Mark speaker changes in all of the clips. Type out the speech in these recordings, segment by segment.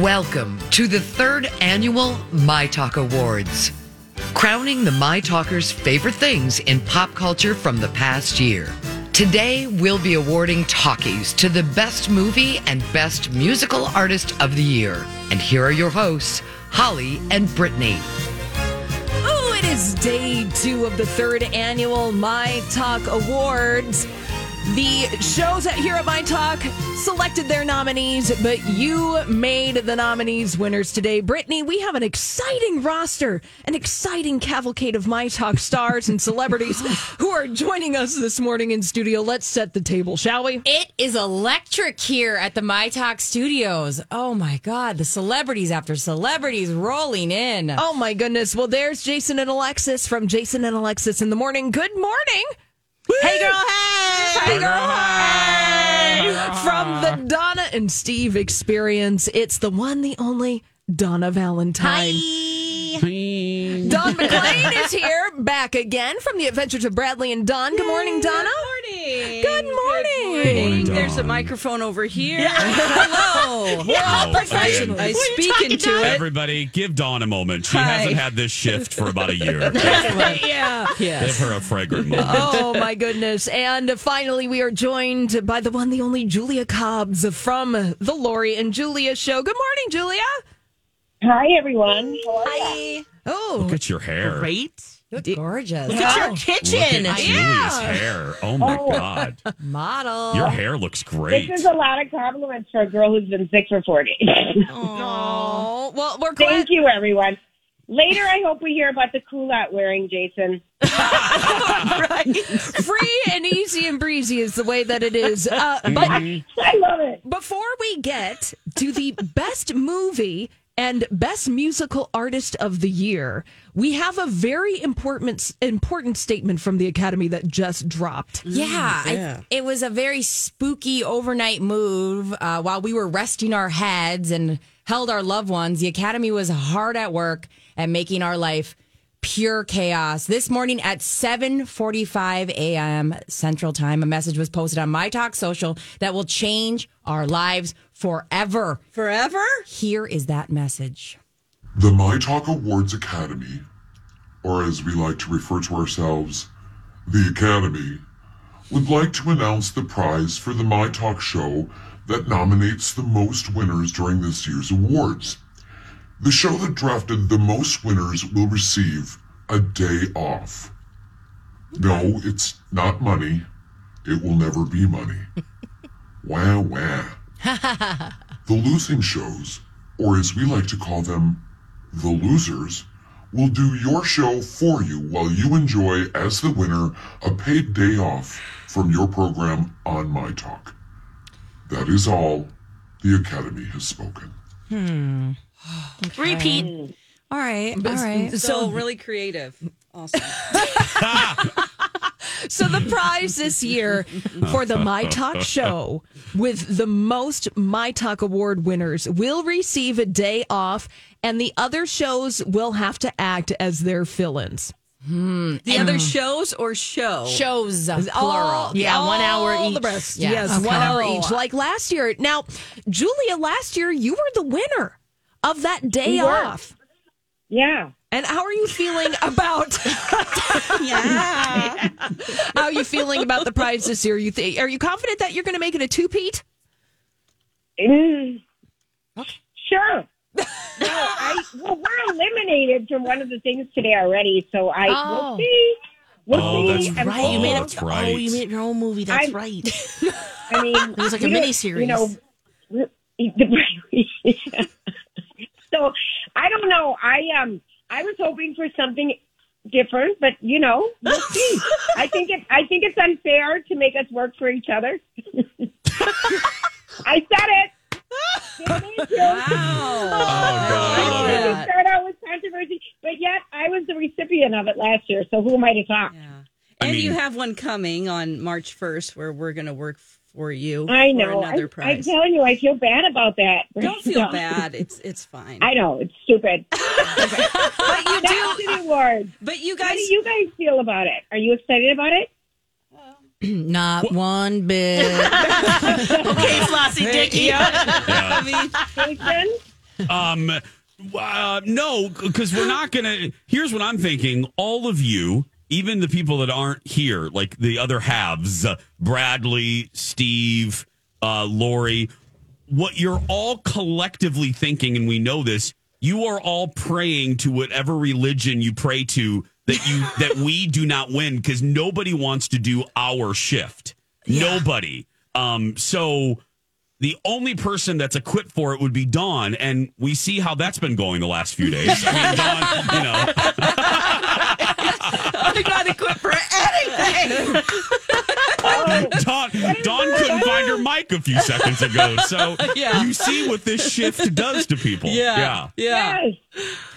Speaker 1: Welcome to the third annual My Talk Awards, crowning the My Talkers' favorite things in pop culture from the past year. Today, we'll be awarding talkies to the best movie and best musical artist of the year. And here are your hosts, Holly and Brittany.
Speaker 2: Oh, it is day two of the third annual My Talk Awards. The shows that here at My Talk selected their nominees, but you made the nominees winners today. Brittany, we have an exciting roster, an exciting cavalcade of My Talk stars and celebrities who are joining us this morning in studio. Let's set the table, shall we?
Speaker 3: It is electric here at the My Talk Studios. Oh my God, the celebrities after celebrities rolling in.
Speaker 2: Oh my goodness. Well, there's Jason and Alexis from Jason and Alexis in the Morning. Good morning. Hey girl, hey. Hey girl, hey. From the Donna and Steve experience, it's the one, the only Donna Valentine. Don McLean is here, back again from the Adventures of Bradley and Don. Good morning, Donna.
Speaker 4: morning.
Speaker 2: Good morning.
Speaker 4: Good morning.
Speaker 5: Dawn.
Speaker 4: There's a microphone over here.
Speaker 3: Hello.
Speaker 2: We're all
Speaker 5: Oh,
Speaker 2: professionals.
Speaker 4: I speak into it.
Speaker 5: Everybody, give Dawn a moment. She
Speaker 4: Hi.
Speaker 5: hasn't had this shift for about a year. give
Speaker 4: yeah.
Speaker 2: Yes.
Speaker 5: her a fragrant moment.
Speaker 2: Oh my goodness. And finally, we are joined by the one, the only Julia Cobbs from the Lori and Julia show. Good morning, Julia.
Speaker 6: Hi, everyone. How are ya?
Speaker 2: Oh,
Speaker 5: Look at your hair.
Speaker 4: Great.
Speaker 3: You're gorgeous.
Speaker 2: Oh.
Speaker 4: Your
Speaker 5: Look at
Speaker 4: kitchen.
Speaker 5: Julia's hair. Oh my God.
Speaker 3: Model.
Speaker 5: Your hair looks great.
Speaker 6: This is a lot of compliments for a girl who's been sick for four days.
Speaker 2: Oh, well, we're glad.
Speaker 6: Thank you, everyone. Later, I hope we hear about the culotte wearing, Jason.
Speaker 2: Free and easy and breezy is the way that it is. Uh, but
Speaker 6: I love it.
Speaker 2: before we get to the best movie and best musical artist of the year, we have a very important important statement from the Academy that just dropped.
Speaker 3: Mm, Yeah, I- it was a very spooky overnight move. Uh, while we were resting our heads and held our loved ones, the Academy was hard at work at making our life pure chaos. This morning at 7:45 a.m. Central Time, a message was posted on My Talk Social that will change our lives forever.
Speaker 4: Forever?
Speaker 3: Here is that message.
Speaker 7: The My Talk Awards Academy, or as we like to refer to ourselves, the Academy, would like to announce the prize for the My Talk show that nominates the most winners during this year's awards. The show that drafted the most winners will receive a day off. No, it's not money. It will never be money. wah wah. the losing shows, or as we like to call them, the losers will do your show for you while you enjoy, as the winner, a paid day off from your program on My Talk. That is all. The Academy has spoken.
Speaker 8: Hmm.
Speaker 6: Mm.
Speaker 4: Repeat.
Speaker 3: All right. All right.
Speaker 4: So, really creative. Awesome.
Speaker 2: So the prize this year for the My Talk show with the most My Talk award winners will receive a day off and the other shows will have to act as their fill-ins.
Speaker 4: The other shows or show?
Speaker 3: Hmm. Shows plural.
Speaker 2: All-
Speaker 3: yeah,
Speaker 2: all
Speaker 3: one hour each.
Speaker 2: The rest.
Speaker 3: Yeah.
Speaker 2: Yes,
Speaker 3: Okay.
Speaker 2: one hour each. Like last year. Now, Julia, last year you were the winner of that day
Speaker 6: We were.
Speaker 2: off.
Speaker 6: Yeah.
Speaker 2: And how are you feeling about
Speaker 4: Yeah.
Speaker 2: how are you feeling about the prize this year? You think are you confident that you're going to make it a two peat?
Speaker 6: Mm. Sure. no, I, well, we're eliminated from one of the things today already, so I
Speaker 3: Oh.
Speaker 6: will see. We'll
Speaker 5: Oh,
Speaker 6: see.
Speaker 5: that's
Speaker 6: I'm
Speaker 5: right.
Speaker 6: hoping-
Speaker 5: that's right.
Speaker 9: Oh, you made your own movie. That's
Speaker 6: I'm-
Speaker 9: right.
Speaker 6: I mean, it
Speaker 9: was like a miniseries.
Speaker 6: You know, we- so I don't know. I um, I was hoping for something different, but you know, we'll see. I think it. I think it's unfair to make us work for each other. I said it. Didn't mean to.
Speaker 5: oh, God. I love
Speaker 6: I
Speaker 5: it.
Speaker 6: didn't start out with controversy, but yet I was the recipient of it last year. So who am I to talk?
Speaker 5: I
Speaker 4: And you
Speaker 5: mean-
Speaker 4: have one coming on March 1st where we're going to work for you.
Speaker 6: I know.
Speaker 4: For another
Speaker 6: I, I
Speaker 4: prize.
Speaker 6: tell you, I feel bad about that.
Speaker 4: Don't feel
Speaker 6: No.
Speaker 4: bad. It's it's fine.
Speaker 6: I know it's stupid.
Speaker 4: but you
Speaker 6: That's
Speaker 4: do.
Speaker 6: the award.
Speaker 4: But you
Speaker 6: How
Speaker 4: guys.
Speaker 6: do you guys feel about it? Are you excited about it?
Speaker 3: Not one bit.
Speaker 9: okay, Flossie Dickie.
Speaker 4: Yeah.
Speaker 5: Yeah.
Speaker 4: I mean,
Speaker 6: Jason?
Speaker 5: Um, uh, no, because we're not going to. Here's what I'm thinking. All of you, even the people that aren't here, like the other halves, uh, Bradley, Steve, uh, Lori, what you're all collectively thinking, and we know this, you are all praying to whatever religion you pray to that you that we do not win because nobody wants to do our shift. Nobody. Um, so the only person that's equipped for it would be Dawn, and we see how that's been going the last few days. I mean, Dawn, you know,
Speaker 2: I'm not equipped for anything.
Speaker 5: Dawn, Dawn couldn't find her mic a few seconds ago. So
Speaker 2: Yeah.
Speaker 5: you see what this shift does to people.
Speaker 2: Yeah. Yeah.
Speaker 6: Yes.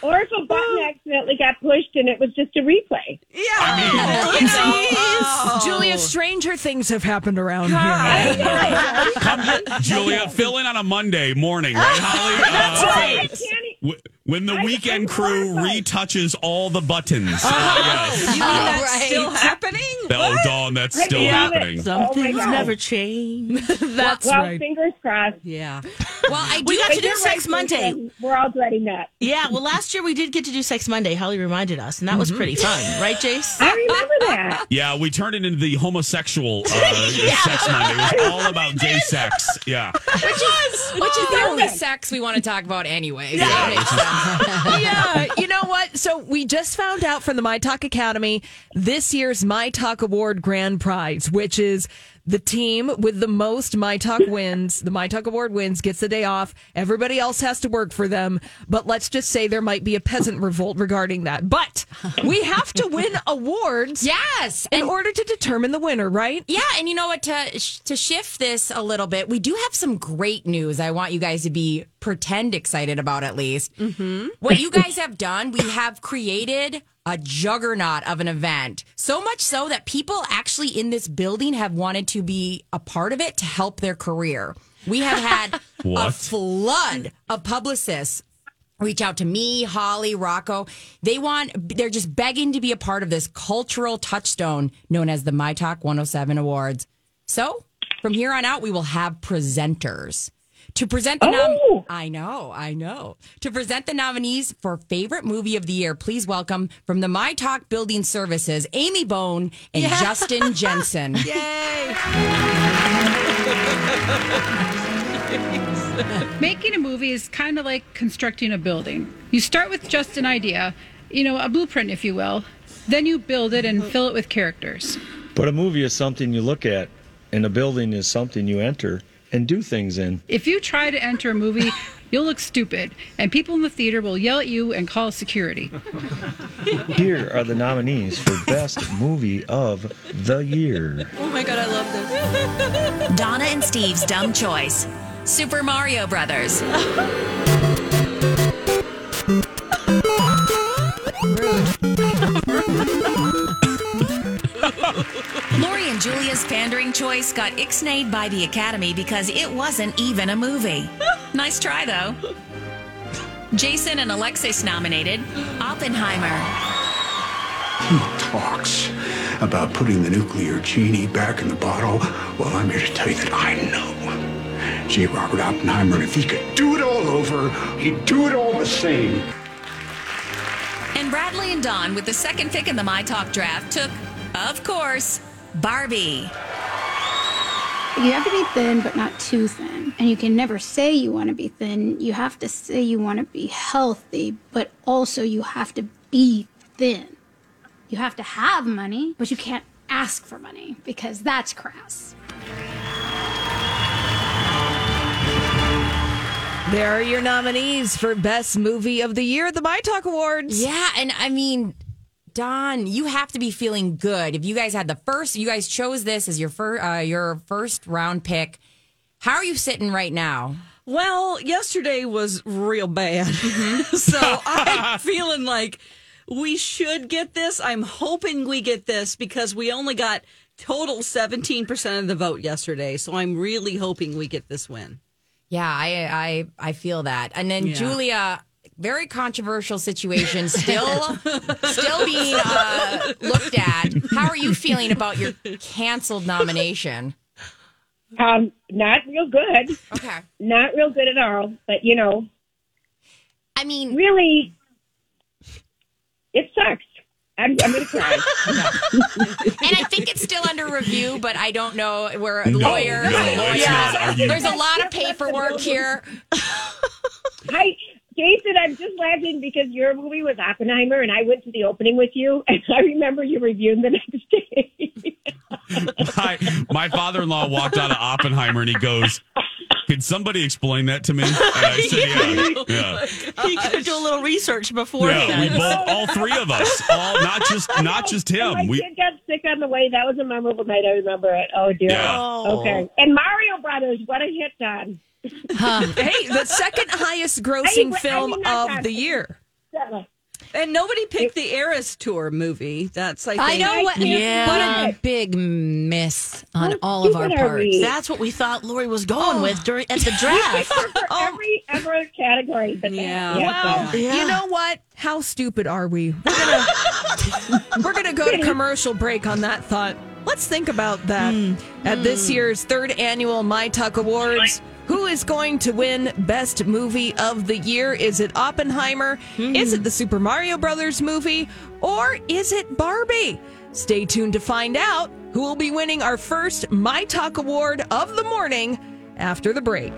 Speaker 6: Or if a button
Speaker 4: Oh.
Speaker 6: accidentally got pushed and it was just a replay.
Speaker 2: Yeah. Oh, Julia, stranger things have happened around here.
Speaker 5: Come, Julia, fill in on a Monday morning, right, Holly? That's
Speaker 6: I can't.
Speaker 5: W- when the
Speaker 6: I- I'm
Speaker 5: weekend crew
Speaker 6: horrified.
Speaker 5: retouches all the buttons.
Speaker 3: Oh,
Speaker 2: You mean
Speaker 5: yes.
Speaker 2: that's
Speaker 3: Right.
Speaker 2: still happening?
Speaker 5: Oh, Dawn, that's still
Speaker 6: Yeah.
Speaker 5: happening.
Speaker 6: Oh my God.
Speaker 4: change.
Speaker 2: That's
Speaker 6: Well,
Speaker 2: right.
Speaker 6: fingers crossed.
Speaker 4: Yeah.
Speaker 3: Well, I do
Speaker 4: got to
Speaker 3: have to
Speaker 4: do
Speaker 3: do
Speaker 6: You're
Speaker 3: sex
Speaker 6: right,
Speaker 3: Monday.
Speaker 6: Lisa. We're all dreading that.
Speaker 4: Yeah. Well, last year we did get to do Sex Monday. Holly reminded us, and that
Speaker 5: Mm-hmm.
Speaker 4: was pretty fun, right, Jace?
Speaker 6: I remember that.
Speaker 5: Yeah, we turned it into the homosexual uh, sex Monday. It was all about gay sex. Yeah.
Speaker 3: Which is, which is the only sex we want to talk about anyway. Yeah.
Speaker 2: yeah, you know what? So we just found out from the My Talk Academy this year's My Talk Award Grand Prize, which is the team with the most My Talk wins, the My Talk Award wins, gets the day off. Everybody else has to work for them. But let's just say there might be a peasant revolt regarding that. But we have to win awards
Speaker 3: Yes.
Speaker 2: in order to determine the winner, right?
Speaker 3: Yeah, and you know what? To to shift this a little bit, we do have some great news. I want you guys to be pretend excited about at least. Mm-hmm. What you guys have done, we have created a juggernaut of an event. So much so that people actually in this building have wanted to be a part of it to help their career. We have had a
Speaker 5: What?
Speaker 3: flood of publicists reach out to me, Holly, Rocco. They want, they're just begging to be a part of this cultural touchstone known as the My Talk 107 Awards. So from here on out, we will have presenters. To present the nom-
Speaker 6: Oh!
Speaker 3: I know, I know. To present the nominees for favorite movie of the year, please welcome from the My Talk Building Services, Amy Bone and Justin Jensen.
Speaker 9: Making a movie is kind of like constructing a building. You start with just an idea, you know, a blueprint, if you will. Then you build it and fill it with characters.
Speaker 10: But a movie is something you look at, and a building is something you enter and do things in.
Speaker 9: If you try to enter a movie, you'll look stupid, and people in the theater will yell at you and call security.
Speaker 10: Here are the nominees for Best Movie of the Year.
Speaker 4: Oh my god, I love this.
Speaker 11: Donna and Steve's Dumb Choice. Super Mario Brothers. Lori and Julia's pandering choice got ixnayed by the Academy because it wasn't even a movie. Nice try, though. Jason and Alexis nominated Oppenheimer.
Speaker 12: talks about putting the nuclear genie back in the bottle, well, I'm here to tell you that I know J. Robert Oppenheimer, and if he could do it all over, he'd do it all the same.
Speaker 11: And Bradley and Don, with the second pick in the My Talk draft, took, of course, Barbie.
Speaker 9: You have to be thin, but not too thin. And you can never say you want to be thin. You have to say you want to be healthy, but also you have to be thin. You have to have money, but you can't ask for money because that's crass.
Speaker 2: There are your nominees for Best Movie of the Year, the My Talk Awards.
Speaker 3: Yeah, and I mean, Don, you have to be feeling good. If you guys had the first, you guys chose this as your first, uh, your first round pick. How are you sitting right now?
Speaker 4: Well, yesterday was real bad.
Speaker 2: Mm-hmm.
Speaker 4: so I'm feeling like we should get this. I'm hoping we get this because we only got total 17% of the vote yesterday. So I'm really hoping we get this win.
Speaker 3: Yeah, I I I feel that. And then
Speaker 4: Yeah.
Speaker 3: Julia, very controversial situation, still still being uh, looked at. How are you feeling about your canceled nomination?
Speaker 6: Um, not real good.
Speaker 3: Okay.
Speaker 6: Not real good at all. But you know,
Speaker 9: I mean,
Speaker 6: really, it sucks. I'm, I'm going to cry.
Speaker 3: And I think it's still under review, but I don't know. We're
Speaker 5: No,
Speaker 3: lawyers.
Speaker 5: no,
Speaker 3: and
Speaker 5: it's
Speaker 3: lawyers.
Speaker 5: not argued.
Speaker 3: There's a lot of paperwork here.
Speaker 6: Hi, Jason. I'm just laughing because your movie was Oppenheimer, and I went to the opening with you, and I remember you reviewed the next day.
Speaker 5: My, my father in law walked out of Oppenheimer and he goes, Can somebody explain that to me? And I said, Yeah.
Speaker 4: You could do a little research
Speaker 5: Yeah.
Speaker 4: before
Speaker 5: yeah we both, all three of us, all not just not just
Speaker 6: My
Speaker 5: him. We
Speaker 6: kid got sick on the way. That was a memorable night. I remember it. Oh dear.
Speaker 5: Yeah.
Speaker 6: Okay. And Mario Brothers. What a hit, Don.
Speaker 2: Um, Hey, the second highest
Speaker 6: I-
Speaker 2: grossing
Speaker 6: I
Speaker 2: film
Speaker 6: mean, that's
Speaker 2: of
Speaker 6: not-
Speaker 2: the year.
Speaker 4: And nobody picked the Eras Tour movie. That's I think
Speaker 3: I know what.
Speaker 6: Yeah.
Speaker 3: What a big miss on
Speaker 6: How
Speaker 3: all of our
Speaker 6: stupid are
Speaker 3: parts.
Speaker 6: we?
Speaker 11: That's what we thought Lori was
Speaker 8: Oh.
Speaker 11: going with during at the draft.
Speaker 6: For
Speaker 2: Oh.
Speaker 6: every ever category, but that.
Speaker 4: Yeah.
Speaker 2: Well, you know what? How stupid are we? We're gonna, we're gonna go to commercial break on that thought. Let's think about that at this year's third annual My Talk Awards. Who is going to win Best Movie of the Year? Is it Oppenheimer? Is it the Super Mario Brothers movie? Or is it Barbie? Stay tuned to find out who will be winning our first My Talk Award of the morning after the break.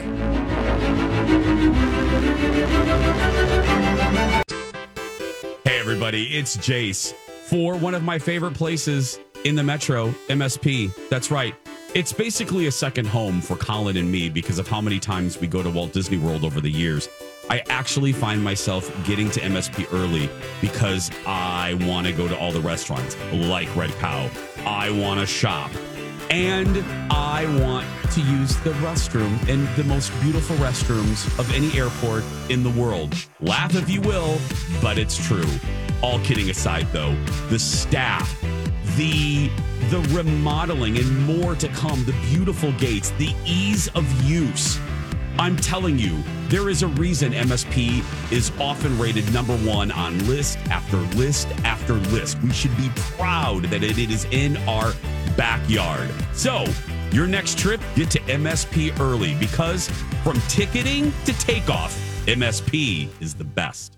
Speaker 5: Hey, everybody, it's Jace for one of my favorite places in the metro, MSP. That's right. It's basically a second home for Colin and me because of how many times we go to Walt Disney World over the years. I actually find myself getting to MSP early because I want to go to all the restaurants like Red Cow. I want to shop and I want to use the restroom in the most beautiful restrooms of any airport in the world. Laugh if you will, but it's true. All kidding aside though, the staff, the the remodeling and more to come, the beautiful gates, the ease of use. I'm telling you, there is a reason MSP is often rated number one on list after list after list. We should be proud that it is in our backyard. So, your next trip, get to MSP early because from ticketing to takeoff, MSP is the best.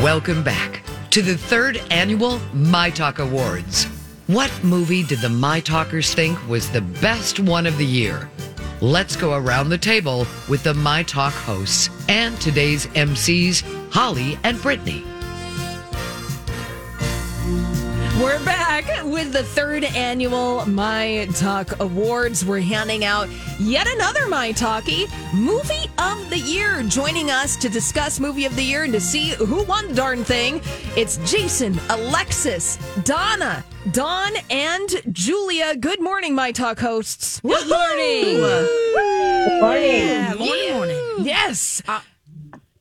Speaker 1: Welcome back to the third annual My Talk Awards. What movie did the My Talkers think was the best one of the year? Let's go around the table with the My Talk hosts and today's MCs, Holly and Brittany.
Speaker 2: We're back with the third annual My Talk Awards. We're handing out yet another My Talkie Movie of the Year. Joining us to discuss Movie of the Year and to see who won the darn thing, it's Jason, Alexis, Donna, Dawn, and Julia. Good morning, My Talk hosts. Good
Speaker 6: Good morning.
Speaker 11: morning, morning.
Speaker 2: Yes.
Speaker 3: Uh,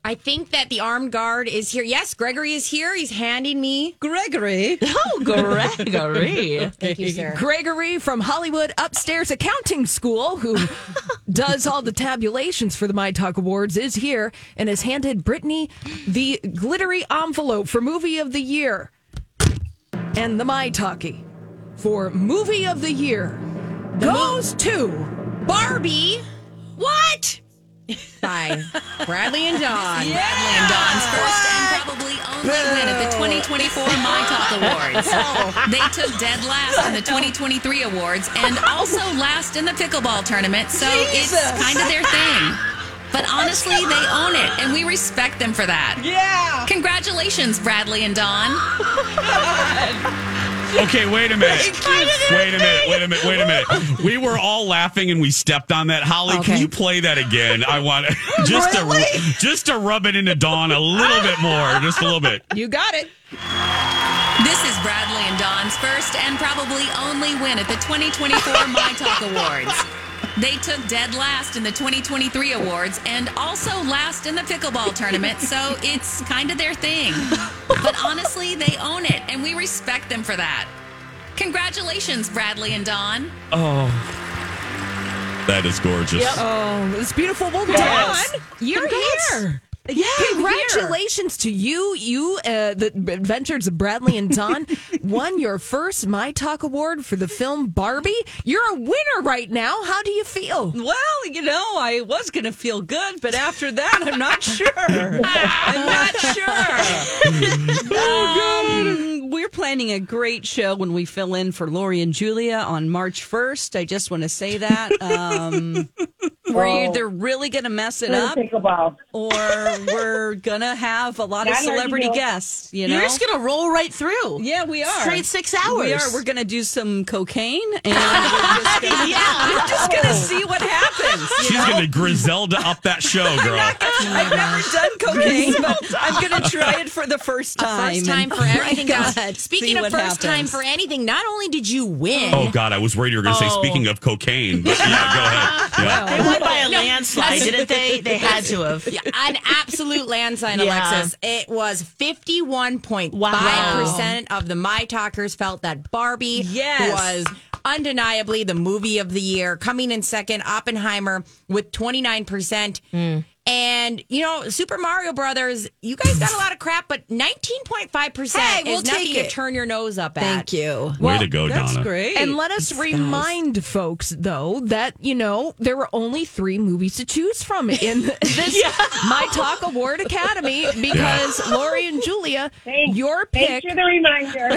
Speaker 3: I think that the armed guard is here. Yes, Gregory is here. He's handing me.
Speaker 4: Gregory.
Speaker 2: Oh, Gregory.
Speaker 3: Thank you, sir.
Speaker 2: Gregory from Hollywood Upstairs Accounting School, who does all the tabulations for the My Talk Awards, is here and has handed Brittany the glittery envelope for Movie of the Year and the My Talkie for Movie of the Year goes to Barbie. What?
Speaker 3: Bye. Bradley and Don.
Speaker 11: Bradley and Don's first and probably only win of the 2024 My Talk Awards. They took dead last in the 2023 awards and also last in the pickleball tournament, so it's kind of their thing. But honestly, honestly, they own it, and we respect them for that.
Speaker 4: Yeah.
Speaker 11: Congratulations, Bradley and Dawn.
Speaker 5: Okay, wait a minute. Wait a minute. Wait a minute. Wait a minute. We were all laughing and we stepped on that. Holly, can
Speaker 11: Okay.
Speaker 5: you play that again? I want just
Speaker 2: Really?
Speaker 5: to just to rub it into Dawn a little bit more, just a little bit.
Speaker 2: You got it.
Speaker 11: This is Bradley and Dawn's first and probably only win at the 2024 My Talk Awards. They took dead last in the 2023 awards and also last in the pickleball tournament, so it's kind of their thing. But honestly, they own it, and we respect them for that. Congratulations, Bradley and Dawn.
Speaker 5: Oh, that is gorgeous.
Speaker 2: Oh, it's beautiful. Well
Speaker 4: Yes.
Speaker 2: done. You're
Speaker 4: Congrats.
Speaker 2: here.
Speaker 4: Yeah,
Speaker 2: Congratulations to you. You, uh, the Adventures of Bradley and Don, won your first My Talk Award for the film Barbie. You're a winner right now. How do you feel?
Speaker 4: Well, you know, I was going to feel good, but after that, I'm not sure. I'm not sure.
Speaker 13: Oh,
Speaker 4: Um, we're planning a great show when we fill in for Lori and Julia on March 1st. I just want to say that. Um, we're
Speaker 6: Oh.
Speaker 4: either really going to mess it
Speaker 6: Play
Speaker 4: up
Speaker 6: pickleball.
Speaker 4: or we're going to have a lot of
Speaker 6: That already
Speaker 4: celebrity
Speaker 6: know.
Speaker 4: guests, you know?
Speaker 13: You're just gonna roll right through.
Speaker 4: yeah, we are.
Speaker 13: Straight six hours.
Speaker 4: We are. We're going to do some cocaine and we're just gonna,
Speaker 13: Yeah.
Speaker 4: we're just going to
Speaker 6: Oh.
Speaker 4: see what happens. you
Speaker 5: She's
Speaker 4: know?
Speaker 5: gonna Griselda up that show, girl.
Speaker 4: I've never done cocaine, but I'm going to try it for the first time.
Speaker 3: First time
Speaker 4: and- Oh
Speaker 3: for everything.
Speaker 4: My
Speaker 3: else.
Speaker 4: God, see
Speaker 3: Speaking of
Speaker 4: what
Speaker 3: first time
Speaker 4: happens.
Speaker 3: for anything, not only did you win,
Speaker 5: Oh God, I was worried you were gonna say.
Speaker 3: Oh.
Speaker 5: Speaking of cocaine, but yeah, go ahead. Yeah.
Speaker 13: They won by a
Speaker 3: No,
Speaker 13: landslide,
Speaker 3: that's-
Speaker 13: didn't they? They had to have.
Speaker 3: Yeah, an absolute landslide,
Speaker 13: Yeah.
Speaker 3: Alexis. It was 51.5% of the My Talkers felt that Barbie
Speaker 4: Yes.
Speaker 3: was undeniably the movie of the year. Coming in second, Oppenheimer with 29%.
Speaker 4: Hmm.
Speaker 3: And, you know, Super Mario Brothers, you guys got a lot of crap, but 19.5%
Speaker 2: Hey, we'll
Speaker 3: is nothing
Speaker 2: take
Speaker 3: to
Speaker 2: it.
Speaker 3: turn your nose up at.
Speaker 13: Thank you.
Speaker 5: Way to go,
Speaker 4: That's
Speaker 5: Donna.
Speaker 4: great.
Speaker 2: And let us remind folks, though, that, you know, there were only three movies to choose from in this My Talk Award Academy because Lori and Julia,
Speaker 6: Thanks.
Speaker 2: your pick.
Speaker 6: Thanks for the reminder.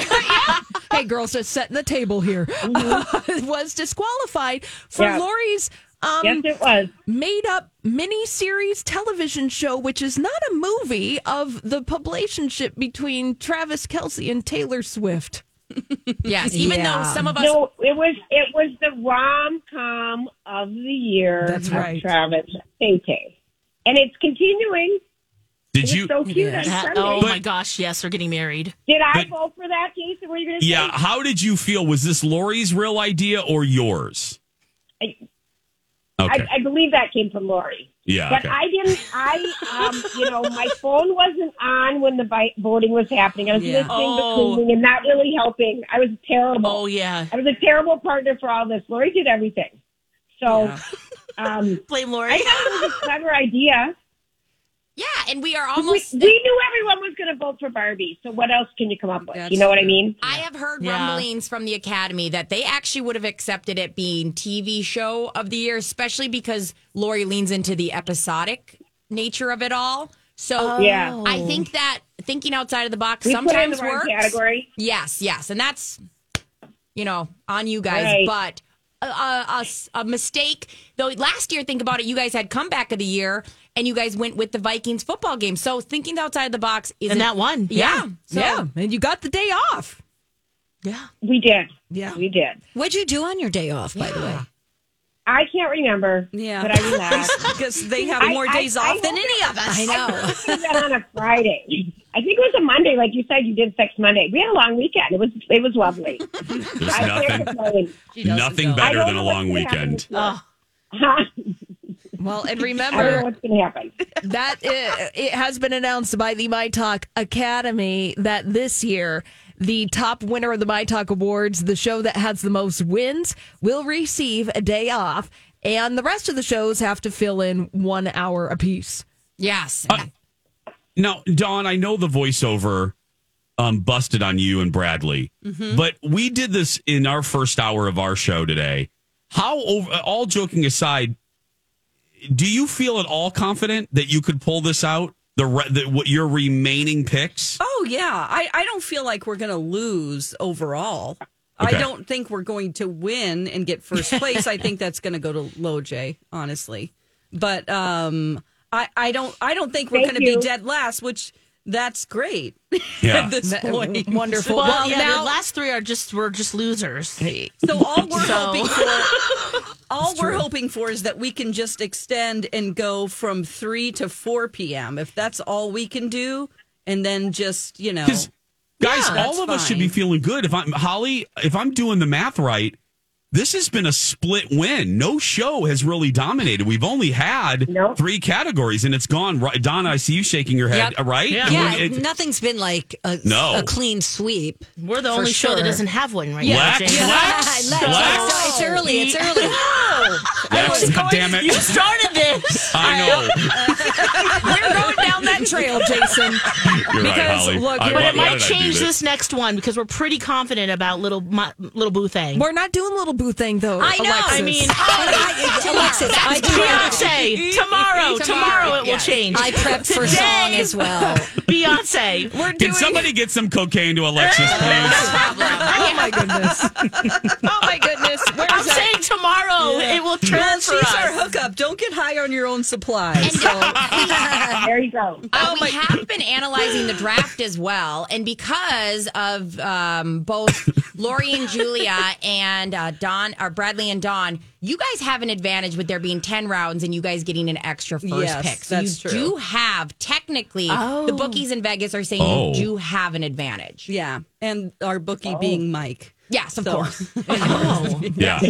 Speaker 2: hey girls just setting the table here was disqualified for
Speaker 6: Mm-hmm. Yeah.
Speaker 2: lori's um
Speaker 6: yes, it was.
Speaker 2: made up miniseries television show which is not a movie of the publicationship between travis kelsey and taylor swift
Speaker 3: Yes, even though
Speaker 13: Yeah.
Speaker 3: some of us
Speaker 6: No, it was it was the rom com of the year.
Speaker 2: That's
Speaker 6: of
Speaker 2: right.
Speaker 6: Travis Fete. And it's continuing.
Speaker 5: Did
Speaker 6: It's
Speaker 5: you?
Speaker 6: so cute on
Speaker 13: That-
Speaker 6: Sunday.
Speaker 13: oh
Speaker 5: But-
Speaker 13: my gosh, yes, they're getting married.
Speaker 6: Did I
Speaker 5: but-
Speaker 6: vote for that, Jason? Were you going to
Speaker 5: Yeah. How did you feel? Was this Lori's real idea or yours?
Speaker 6: I-
Speaker 5: Okay.
Speaker 6: I, I believe that came from Lori.
Speaker 5: Yeah,
Speaker 6: But
Speaker 5: okay.
Speaker 6: I didn't. I, um, you know, my phone wasn't on when the vi- voting was happening. I was
Speaker 4: Yeah.
Speaker 6: listening
Speaker 13: Oh.
Speaker 6: but cleaning and not really helping. I was terrible.
Speaker 13: Oh yeah.
Speaker 6: I was a terrible partner for all this. Lori did everything. So, um,
Speaker 13: Blame
Speaker 6: I
Speaker 13: Lori.
Speaker 6: thought it was a clever idea.
Speaker 3: Yeah, and we are
Speaker 6: We,
Speaker 3: almost
Speaker 6: we knew everyone was going to vote for Barbie. So what else can you come up with? you know what I mean?
Speaker 3: I have heard
Speaker 13: Yeah.
Speaker 3: rumblings from the Academy that they actually would have accepted it being TV show of the year, especially because Lori leans into the episodic nature of it all. So
Speaker 6: Yeah.
Speaker 3: I think that thinking outside of the box
Speaker 6: We put it in
Speaker 3: sometimes
Speaker 6: the wrong
Speaker 3: works.
Speaker 6: category.
Speaker 3: Yes, yes, and that's you know on you guys,
Speaker 6: Right.
Speaker 3: but. A, a, a, a mistake though last year think about it you guys had comeback of the year and you guys went with the vikings football game so thinking outside the box is
Speaker 13: And that one.
Speaker 3: yeah So-
Speaker 2: yeah and you got the day off
Speaker 13: Yeah.
Speaker 6: We did.
Speaker 2: Yeah.
Speaker 6: We did.
Speaker 13: What'd you do on your day off, by the way?
Speaker 6: I can't remember.
Speaker 4: Yeah.
Speaker 6: But I relaxed.
Speaker 4: Because they have
Speaker 6: I-
Speaker 4: more
Speaker 6: I-
Speaker 4: days
Speaker 6: I
Speaker 4: off than
Speaker 6: hope-
Speaker 4: any of us.
Speaker 3: i know
Speaker 6: did that on a Friday. I think it was a Monday, like you said. You did sex Monday. We had a long weekend. It was it was lovely.
Speaker 5: There's
Speaker 6: I
Speaker 5: nothing.
Speaker 6: can't complain.
Speaker 5: Nothing
Speaker 6: I
Speaker 5: better
Speaker 6: don't
Speaker 5: than a
Speaker 6: know what's
Speaker 5: long
Speaker 6: gonna happen
Speaker 5: weekend.
Speaker 6: this year.
Speaker 13: Oh.
Speaker 6: Huh?
Speaker 2: well and
Speaker 6: I don't know
Speaker 2: remember
Speaker 6: what's going to happen.
Speaker 2: that it, it has been announced by the My Talk Academy that this year the top winner of the My Talk Awards, the show that has the most wins, will receive a day off, and the rest of the shows have to fill in one hour apiece.
Speaker 3: yes
Speaker 5: Uh, Now, Don, I know the voiceover um, busted on you and Bradley, but we did this in our first hour of our show today. How, over, all joking aside, do you feel at all confident that you could pull this out? The, re- the what your remaining picks?
Speaker 4: Oh, yeah. I, I don't feel like we're going to lose overall.
Speaker 5: Okay.
Speaker 4: I don't think we're going to win and get first place. I think that's going to go to Loj, honestly. But um, I, I don't I don't think we're
Speaker 2: Thank
Speaker 4: going to be
Speaker 2: you.
Speaker 4: dead last, which that's great.
Speaker 5: Yeah.
Speaker 4: At this
Speaker 2: That-
Speaker 4: point,
Speaker 2: wonderful.
Speaker 13: Well,
Speaker 2: Well,
Speaker 13: yeah,
Speaker 2: now-
Speaker 13: the last three are just we're just losers.
Speaker 4: So all we're
Speaker 13: So-
Speaker 4: hoping for, all
Speaker 13: It's
Speaker 4: we're
Speaker 13: true.
Speaker 4: hoping for is that we can just extend and go from three to four p.m. If that's all we can do, and then just you know,
Speaker 5: Because guys,
Speaker 4: Yeah,
Speaker 5: all
Speaker 4: that's
Speaker 5: of us should be
Speaker 4: fine.
Speaker 5: feeling good. If I'm Holly, if I'm doing the math right, this has been a split win. No show has really dominated. We've only had three categories, and it's gone right. Donna, I see you shaking your head. uh, Right?
Speaker 13: Yeah.
Speaker 5: And
Speaker 13: Yeah,
Speaker 5: we- it-
Speaker 13: nothing's been like a,
Speaker 5: No. a
Speaker 13: clean sweep. We're the
Speaker 5: for
Speaker 13: only show that
Speaker 5: sure.
Speaker 13: doesn't have one right
Speaker 5: Lex,
Speaker 13: now. James.
Speaker 5: Lex,
Speaker 13: Lex,
Speaker 5: Lex.
Speaker 13: no, It's early. It's early.
Speaker 5: Lex, damn it.
Speaker 13: You started this.
Speaker 5: I know.
Speaker 13: We're going down that trail, Jason.
Speaker 5: You're right,
Speaker 13: because
Speaker 5: Holly.
Speaker 13: look,
Speaker 5: I-
Speaker 13: but
Speaker 5: why-
Speaker 13: it
Speaker 5: why
Speaker 13: might
Speaker 5: did I do
Speaker 13: change
Speaker 5: this?
Speaker 13: this? next one because we're pretty confident about little my, little Boothang.
Speaker 2: We're not doing little boo thing though.
Speaker 13: I know.
Speaker 2: Alexis.
Speaker 13: I mean,
Speaker 2: I- Alexis, I
Speaker 13: that's Beyonce. Tomorrow, tomorrow, it will
Speaker 2: Yes.
Speaker 13: change.
Speaker 2: I prepped for
Speaker 13: Today,
Speaker 2: song as well.
Speaker 13: Beyonce. We're
Speaker 5: Can somebody get some cocaine to Alexis, please?
Speaker 2: Oh my goodness.
Speaker 13: oh my goodness.
Speaker 2: Where
Speaker 13: I'm
Speaker 2: is that?
Speaker 13: saying tomorrow
Speaker 4: Yeah.
Speaker 13: it will turn
Speaker 4: Well,
Speaker 13: for
Speaker 4: she's
Speaker 13: us.
Speaker 4: our hookup. Don't get high on your own supply.
Speaker 9: there you go.
Speaker 4: Oh
Speaker 6: Oh,
Speaker 3: But we have been analyzing the draft as well, and because of um, both Lori and Julia and uh, Don or Bradley and Don, you guys have an advantage with there being ten rounds and you guys getting an extra first
Speaker 4: Yes,
Speaker 3: pick. So
Speaker 4: that's
Speaker 3: you
Speaker 4: true.
Speaker 3: do have technically the bookies in Vegas are saying
Speaker 4: Oh.
Speaker 3: you do have an advantage. Oh.
Speaker 4: yeah, and our bookie being Mike.
Speaker 3: Yes, of
Speaker 4: So-
Speaker 3: course.
Speaker 5: Yeah.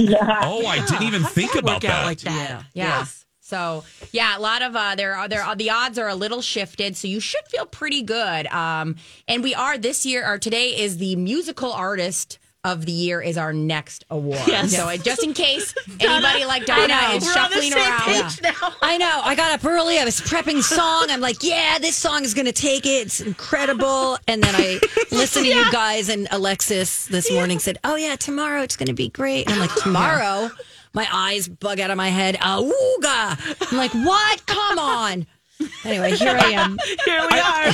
Speaker 5: Oh, I didn't even think about that.
Speaker 13: that.
Speaker 3: Yeah. So yeah, a lot of uh, there are there are, the odds are a little shifted, so you should feel pretty good. Um, and we are this year or today is the musical artist of the year is our next award.
Speaker 13: Yes.
Speaker 3: So uh, just in case
Speaker 13: Donna,
Speaker 3: anybody like Donna
Speaker 13: I know.
Speaker 3: is
Speaker 13: We're on the
Speaker 3: shuffling
Speaker 13: same
Speaker 3: around.
Speaker 13: page now.
Speaker 8: I know. I got up early. I was prepping song. I'm like, yeah, this song is going to take it. It's incredible. And then I listened to you guys and Alexis this morning said, oh yeah, tomorrow it's going to be great. And I'm like, tomorrow? My eyes bug out of my head. Awooga. I'm like, what? Come on. Anyway, here I am.
Speaker 13: Here we are.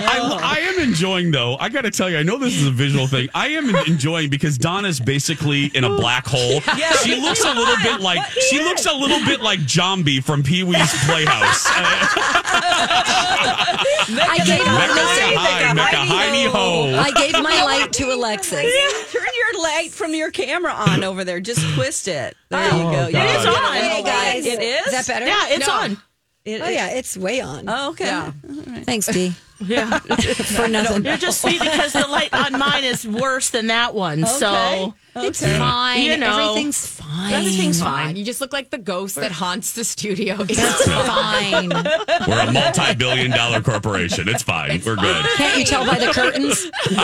Speaker 5: I, I am enjoying though. I got to tell you, I know this is a visual thing. I am enjoying because Donna's basically in a black hole.
Speaker 4: Yeah.
Speaker 5: She looks a little bit like she looks a little bit like Zombie from Pee Wee's Playhouse.
Speaker 8: I gave
Speaker 5: Mecca high,
Speaker 8: my
Speaker 5: Mecca hidey ho.
Speaker 8: I gave my light to Alexis.
Speaker 4: Turn your light from your camera on over there. Just twist it. There
Speaker 8: Oh,
Speaker 4: you go.
Speaker 8: God.
Speaker 4: You
Speaker 8: It is
Speaker 4: know,
Speaker 8: on.
Speaker 4: you know,
Speaker 8: Hey, guys.
Speaker 4: It is.
Speaker 8: Is that better? Yeah, it's No. on.
Speaker 4: It
Speaker 8: Oh
Speaker 4: is.
Speaker 8: yeah, it's way on.
Speaker 4: Oh, okay.
Speaker 8: Thanks, D.
Speaker 13: Yeah.
Speaker 8: For nothing.
Speaker 13: You're just sweet because the light on mine is worse than that one. So
Speaker 8: It's fine.
Speaker 13: You know.
Speaker 8: Everything's fine.
Speaker 13: everything's fine.
Speaker 3: You just look like the ghost that haunts the studio.
Speaker 8: It's fine.
Speaker 5: We're a multi-billion-dollar corporation. It's fine. We're good.
Speaker 8: Can't you tell by the curtains?
Speaker 4: and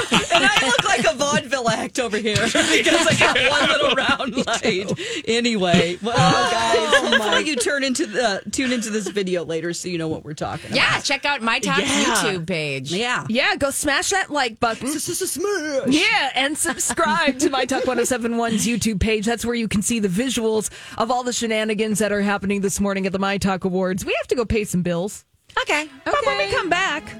Speaker 4: I look like a vaudeville act over here because I got one little round light. Anyway, well, oh, guys, hopefully you turn into the tune into this video later so you know what we're talking about.
Speaker 3: yeah, check out my top YouTube page.
Speaker 4: Yeah.
Speaker 2: Yeah, go smash that like button. Yeah, and subscribe to My Talk 1071's YouTube page. That's where you can see the visuals of all the shenanigans that are happening this morning at the My Talk Awards. We have to go pay some bills.
Speaker 8: Okay.
Speaker 2: But when we come back,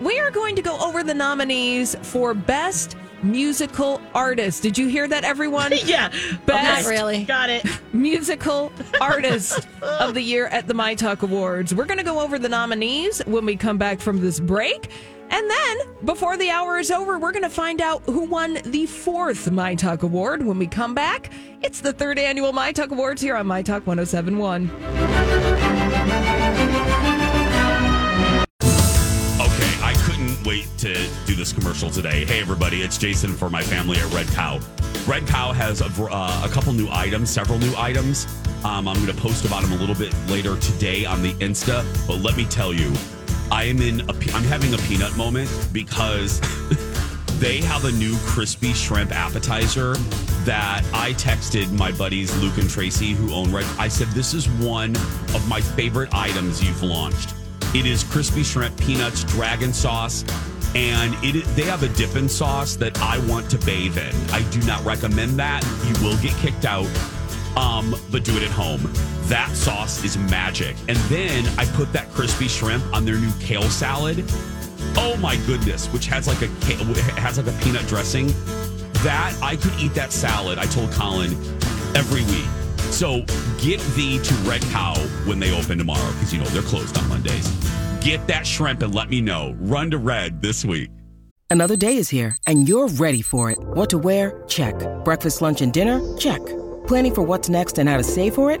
Speaker 2: we are going to go over the nominees for Best Musical Artist. Did you hear that, everyone?
Speaker 13: yeah.
Speaker 2: Best
Speaker 8: Not really.
Speaker 13: Got it.
Speaker 2: Musical Artist of the Year at the My Talk Awards. We're going to go over the nominees when we come back from this break. And then, before the hour is over, we're going to find out who won the fourth My Talk Award. When we come back, it's the third annual My Talk Awards here on My Talk 1071.
Speaker 5: Okay, I couldn't wait to do this commercial today. Hey, everybody, it's Jason for my family at Red Cow. Red Cow has a, ver- uh, a couple new items, several new items. Um, I'm going to post about them a little bit later today on the Insta. But let me tell you, I am in. A pe- I'm having a peanut moment because they have a new crispy shrimp appetizer that I texted my buddies Luke and Tracy who own Red. I said this is one of my favorite items you've launched. It is crispy shrimp, peanuts, dragon sauce, and it they have a dipping sauce that I want to bathe in. I do not recommend that. You will get kicked out um, but do it at home. That sauce is magic. And then I put that crispy shrimp on their new kale salad. Oh my goodness, which has like a ca- has like a peanut dressing. That I could eat that salad. I told Colin every week. So get thee to Red Cow when they open tomorrow because you know they're closed on Mondays. Get that shrimp and let me know. Run to Red this week.
Speaker 14: Another day is here, and you're ready for it. What to wear? Check. Breakfast, lunch, and dinner? Check. Planning for what's next and how to save for it?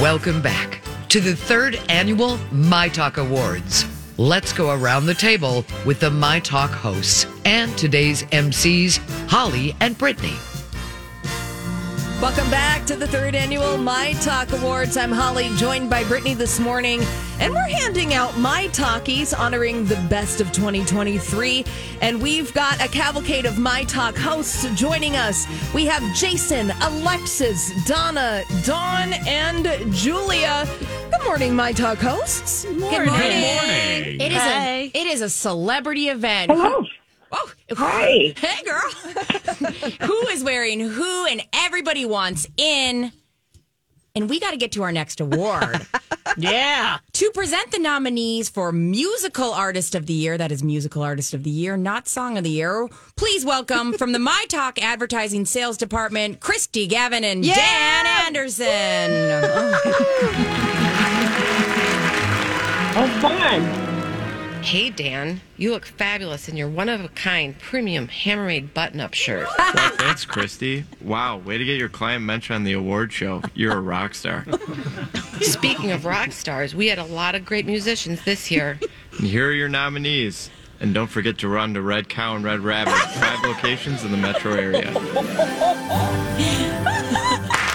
Speaker 1: Welcome back to the third annual My Talk Awards. Let's go around the table with the My Talk hosts and today's MCs, Holly and Brittany.
Speaker 2: Welcome back to the third annual My Talk Awards. I'm Holly, joined by Brittany this morning, and we're handing out My Talkies, honoring the best of 2023. And we've got a cavalcade of My Talk hosts joining us. We have Jason, Alexis, Donna, Dawn, and Julia. Good morning, My Talk hosts. Good
Speaker 3: Good morning.
Speaker 5: morning.
Speaker 3: It is a it is a celebrity event. Hello.
Speaker 2: Oh,
Speaker 3: hey. Hey, girl. who is wearing who, and everybody wants in. And we got to get to our next award. yeah. To present the nominees for Musical Artist of the Year, that is Musical Artist of the Year, not Song of the Year, please welcome from the My Talk Advertising Sales Department, Christy Gavin and
Speaker 2: Yeah!
Speaker 3: Dan Anderson.
Speaker 15: Oh, fun. Hey, Dan, you look fabulous in your one of a kind premium handmade button up shirt.
Speaker 16: Well, thanks, Christy. Wow, way to get your client mentioned on the award show. You're a rock star.
Speaker 15: Speaking of rock stars, we had a lot of great musicians this year.
Speaker 16: And here are your nominees. And don't forget to run to Red Cow and Red Rabbit, five locations in the metro area.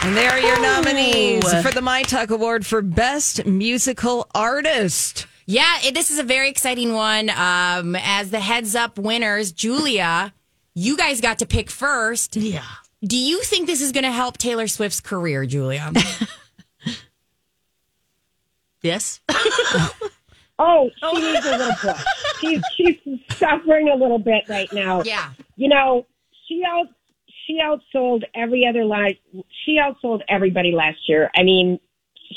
Speaker 2: And there are your nominees for the My Talk Award for Best Musical Artist.
Speaker 3: Yeah, it, this is a very exciting one. Um, as the heads up winners, Julia, you guys got to pick first. Yeah. Do you think this is going to help Taylor Swift's career, Julia?
Speaker 13: yes.
Speaker 6: Oh, she needs a little break. She's she's suffering a little bit right now.
Speaker 3: Yeah.
Speaker 6: You know, she out she outsold every other life. She outsold everybody last year. I mean,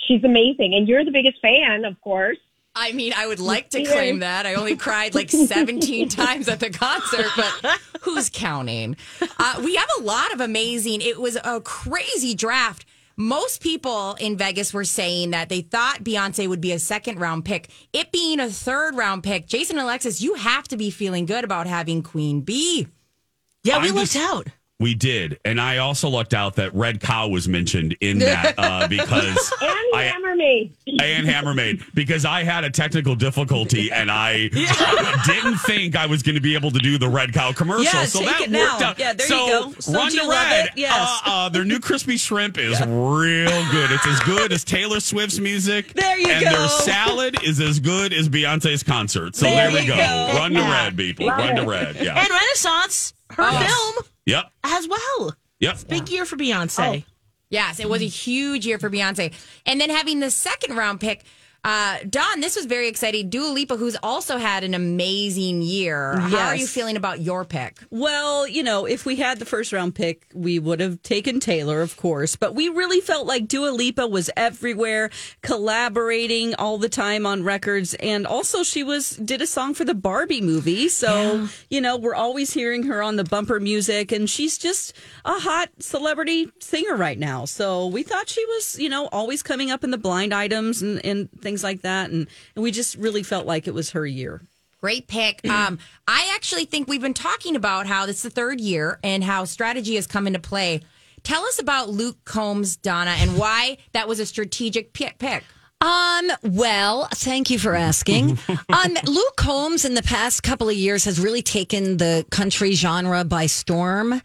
Speaker 6: she's amazing, and you're the biggest fan, of course.
Speaker 3: I mean, I would like to claim that. I only cried like 17 times at the concert, but who's counting? Uh, we have a lot of amazing, it was a crazy draft. Most people in Vegas were saying that they thought Beyonce would be a second round pick. It being a third round pick, Jason and Alexis, you have to be feeling good about having Queen B.
Speaker 13: Yeah,
Speaker 5: we I'm lucked just-
Speaker 13: out.
Speaker 5: We did, and I also lucked out that Red Cow was mentioned in that uh, because
Speaker 6: and
Speaker 5: I-
Speaker 6: hammer me.
Speaker 5: and Hammermaid because I had a technical difficulty and I didn't think I was going to be able to do the Red Cow commercial.
Speaker 4: Yeah,
Speaker 5: so
Speaker 4: take
Speaker 5: that
Speaker 4: it
Speaker 5: worked
Speaker 4: now.
Speaker 5: out.
Speaker 4: Yeah, there you
Speaker 5: so
Speaker 4: go. So
Speaker 5: Run
Speaker 4: do
Speaker 5: to
Speaker 4: you love
Speaker 5: Red.
Speaker 4: it? Yes.
Speaker 5: Uh, uh, their new crispy shrimp is real good. It's as good as Taylor Swift's music.
Speaker 4: There you
Speaker 5: and
Speaker 4: go.
Speaker 5: their salad is as good as Beyonce's concert. So there,
Speaker 13: There
Speaker 5: we
Speaker 13: you
Speaker 5: go.
Speaker 13: go.
Speaker 5: Run to
Speaker 13: Yeah.
Speaker 5: Red, people. Run to Red. Yeah.
Speaker 13: And Renaissance, her film
Speaker 5: Yep.
Speaker 13: as well.
Speaker 5: Yep.
Speaker 13: Big year for Beyonce.
Speaker 3: Yes, it was a huge year for Beyonce. And then having the second round pick, uh, Don, this was very exciting. Dua Lipa, who's also had an amazing year. How are
Speaker 4: Yes.
Speaker 3: you feeling about your pick?
Speaker 4: Well, you know, if we had the first round pick, we would have taken Taylor, of course, but we really felt like Dua Lipa was everywhere, collaborating all the time on records and also she was did a song for the Barbie movie, so you know, we're always hearing her on the bumper music and she's just a hot celebrity singer right now. So we thought she was, you know, always coming up in the blind items and, and things like that and, and we just really felt like it was her year.
Speaker 3: Great pick. Um, I actually think we've been talking about how this is the third year and how strategy has come into play. Tell us about Luke Combs, Donna, and why that was a strategic pi- pick.
Speaker 8: Um, well, thank you for asking. um, Luke Combs in the past couple of years has really taken the country genre by storm.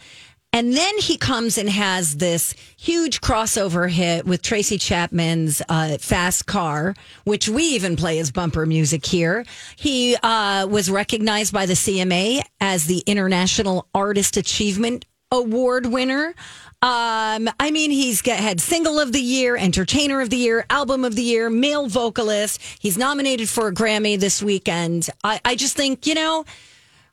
Speaker 8: And then he comes and has this huge crossover hit with Tracy Chapman's uh, Fast Car, which we even play as bumper music here. He uh, was recognized by the CMA as the International Artist Achievement Award winner. Um, I mean, he's got, had single of the year, entertainer of the year, album of the year, male vocalist. He's nominated for a Grammy this weekend. I, I just think, you know,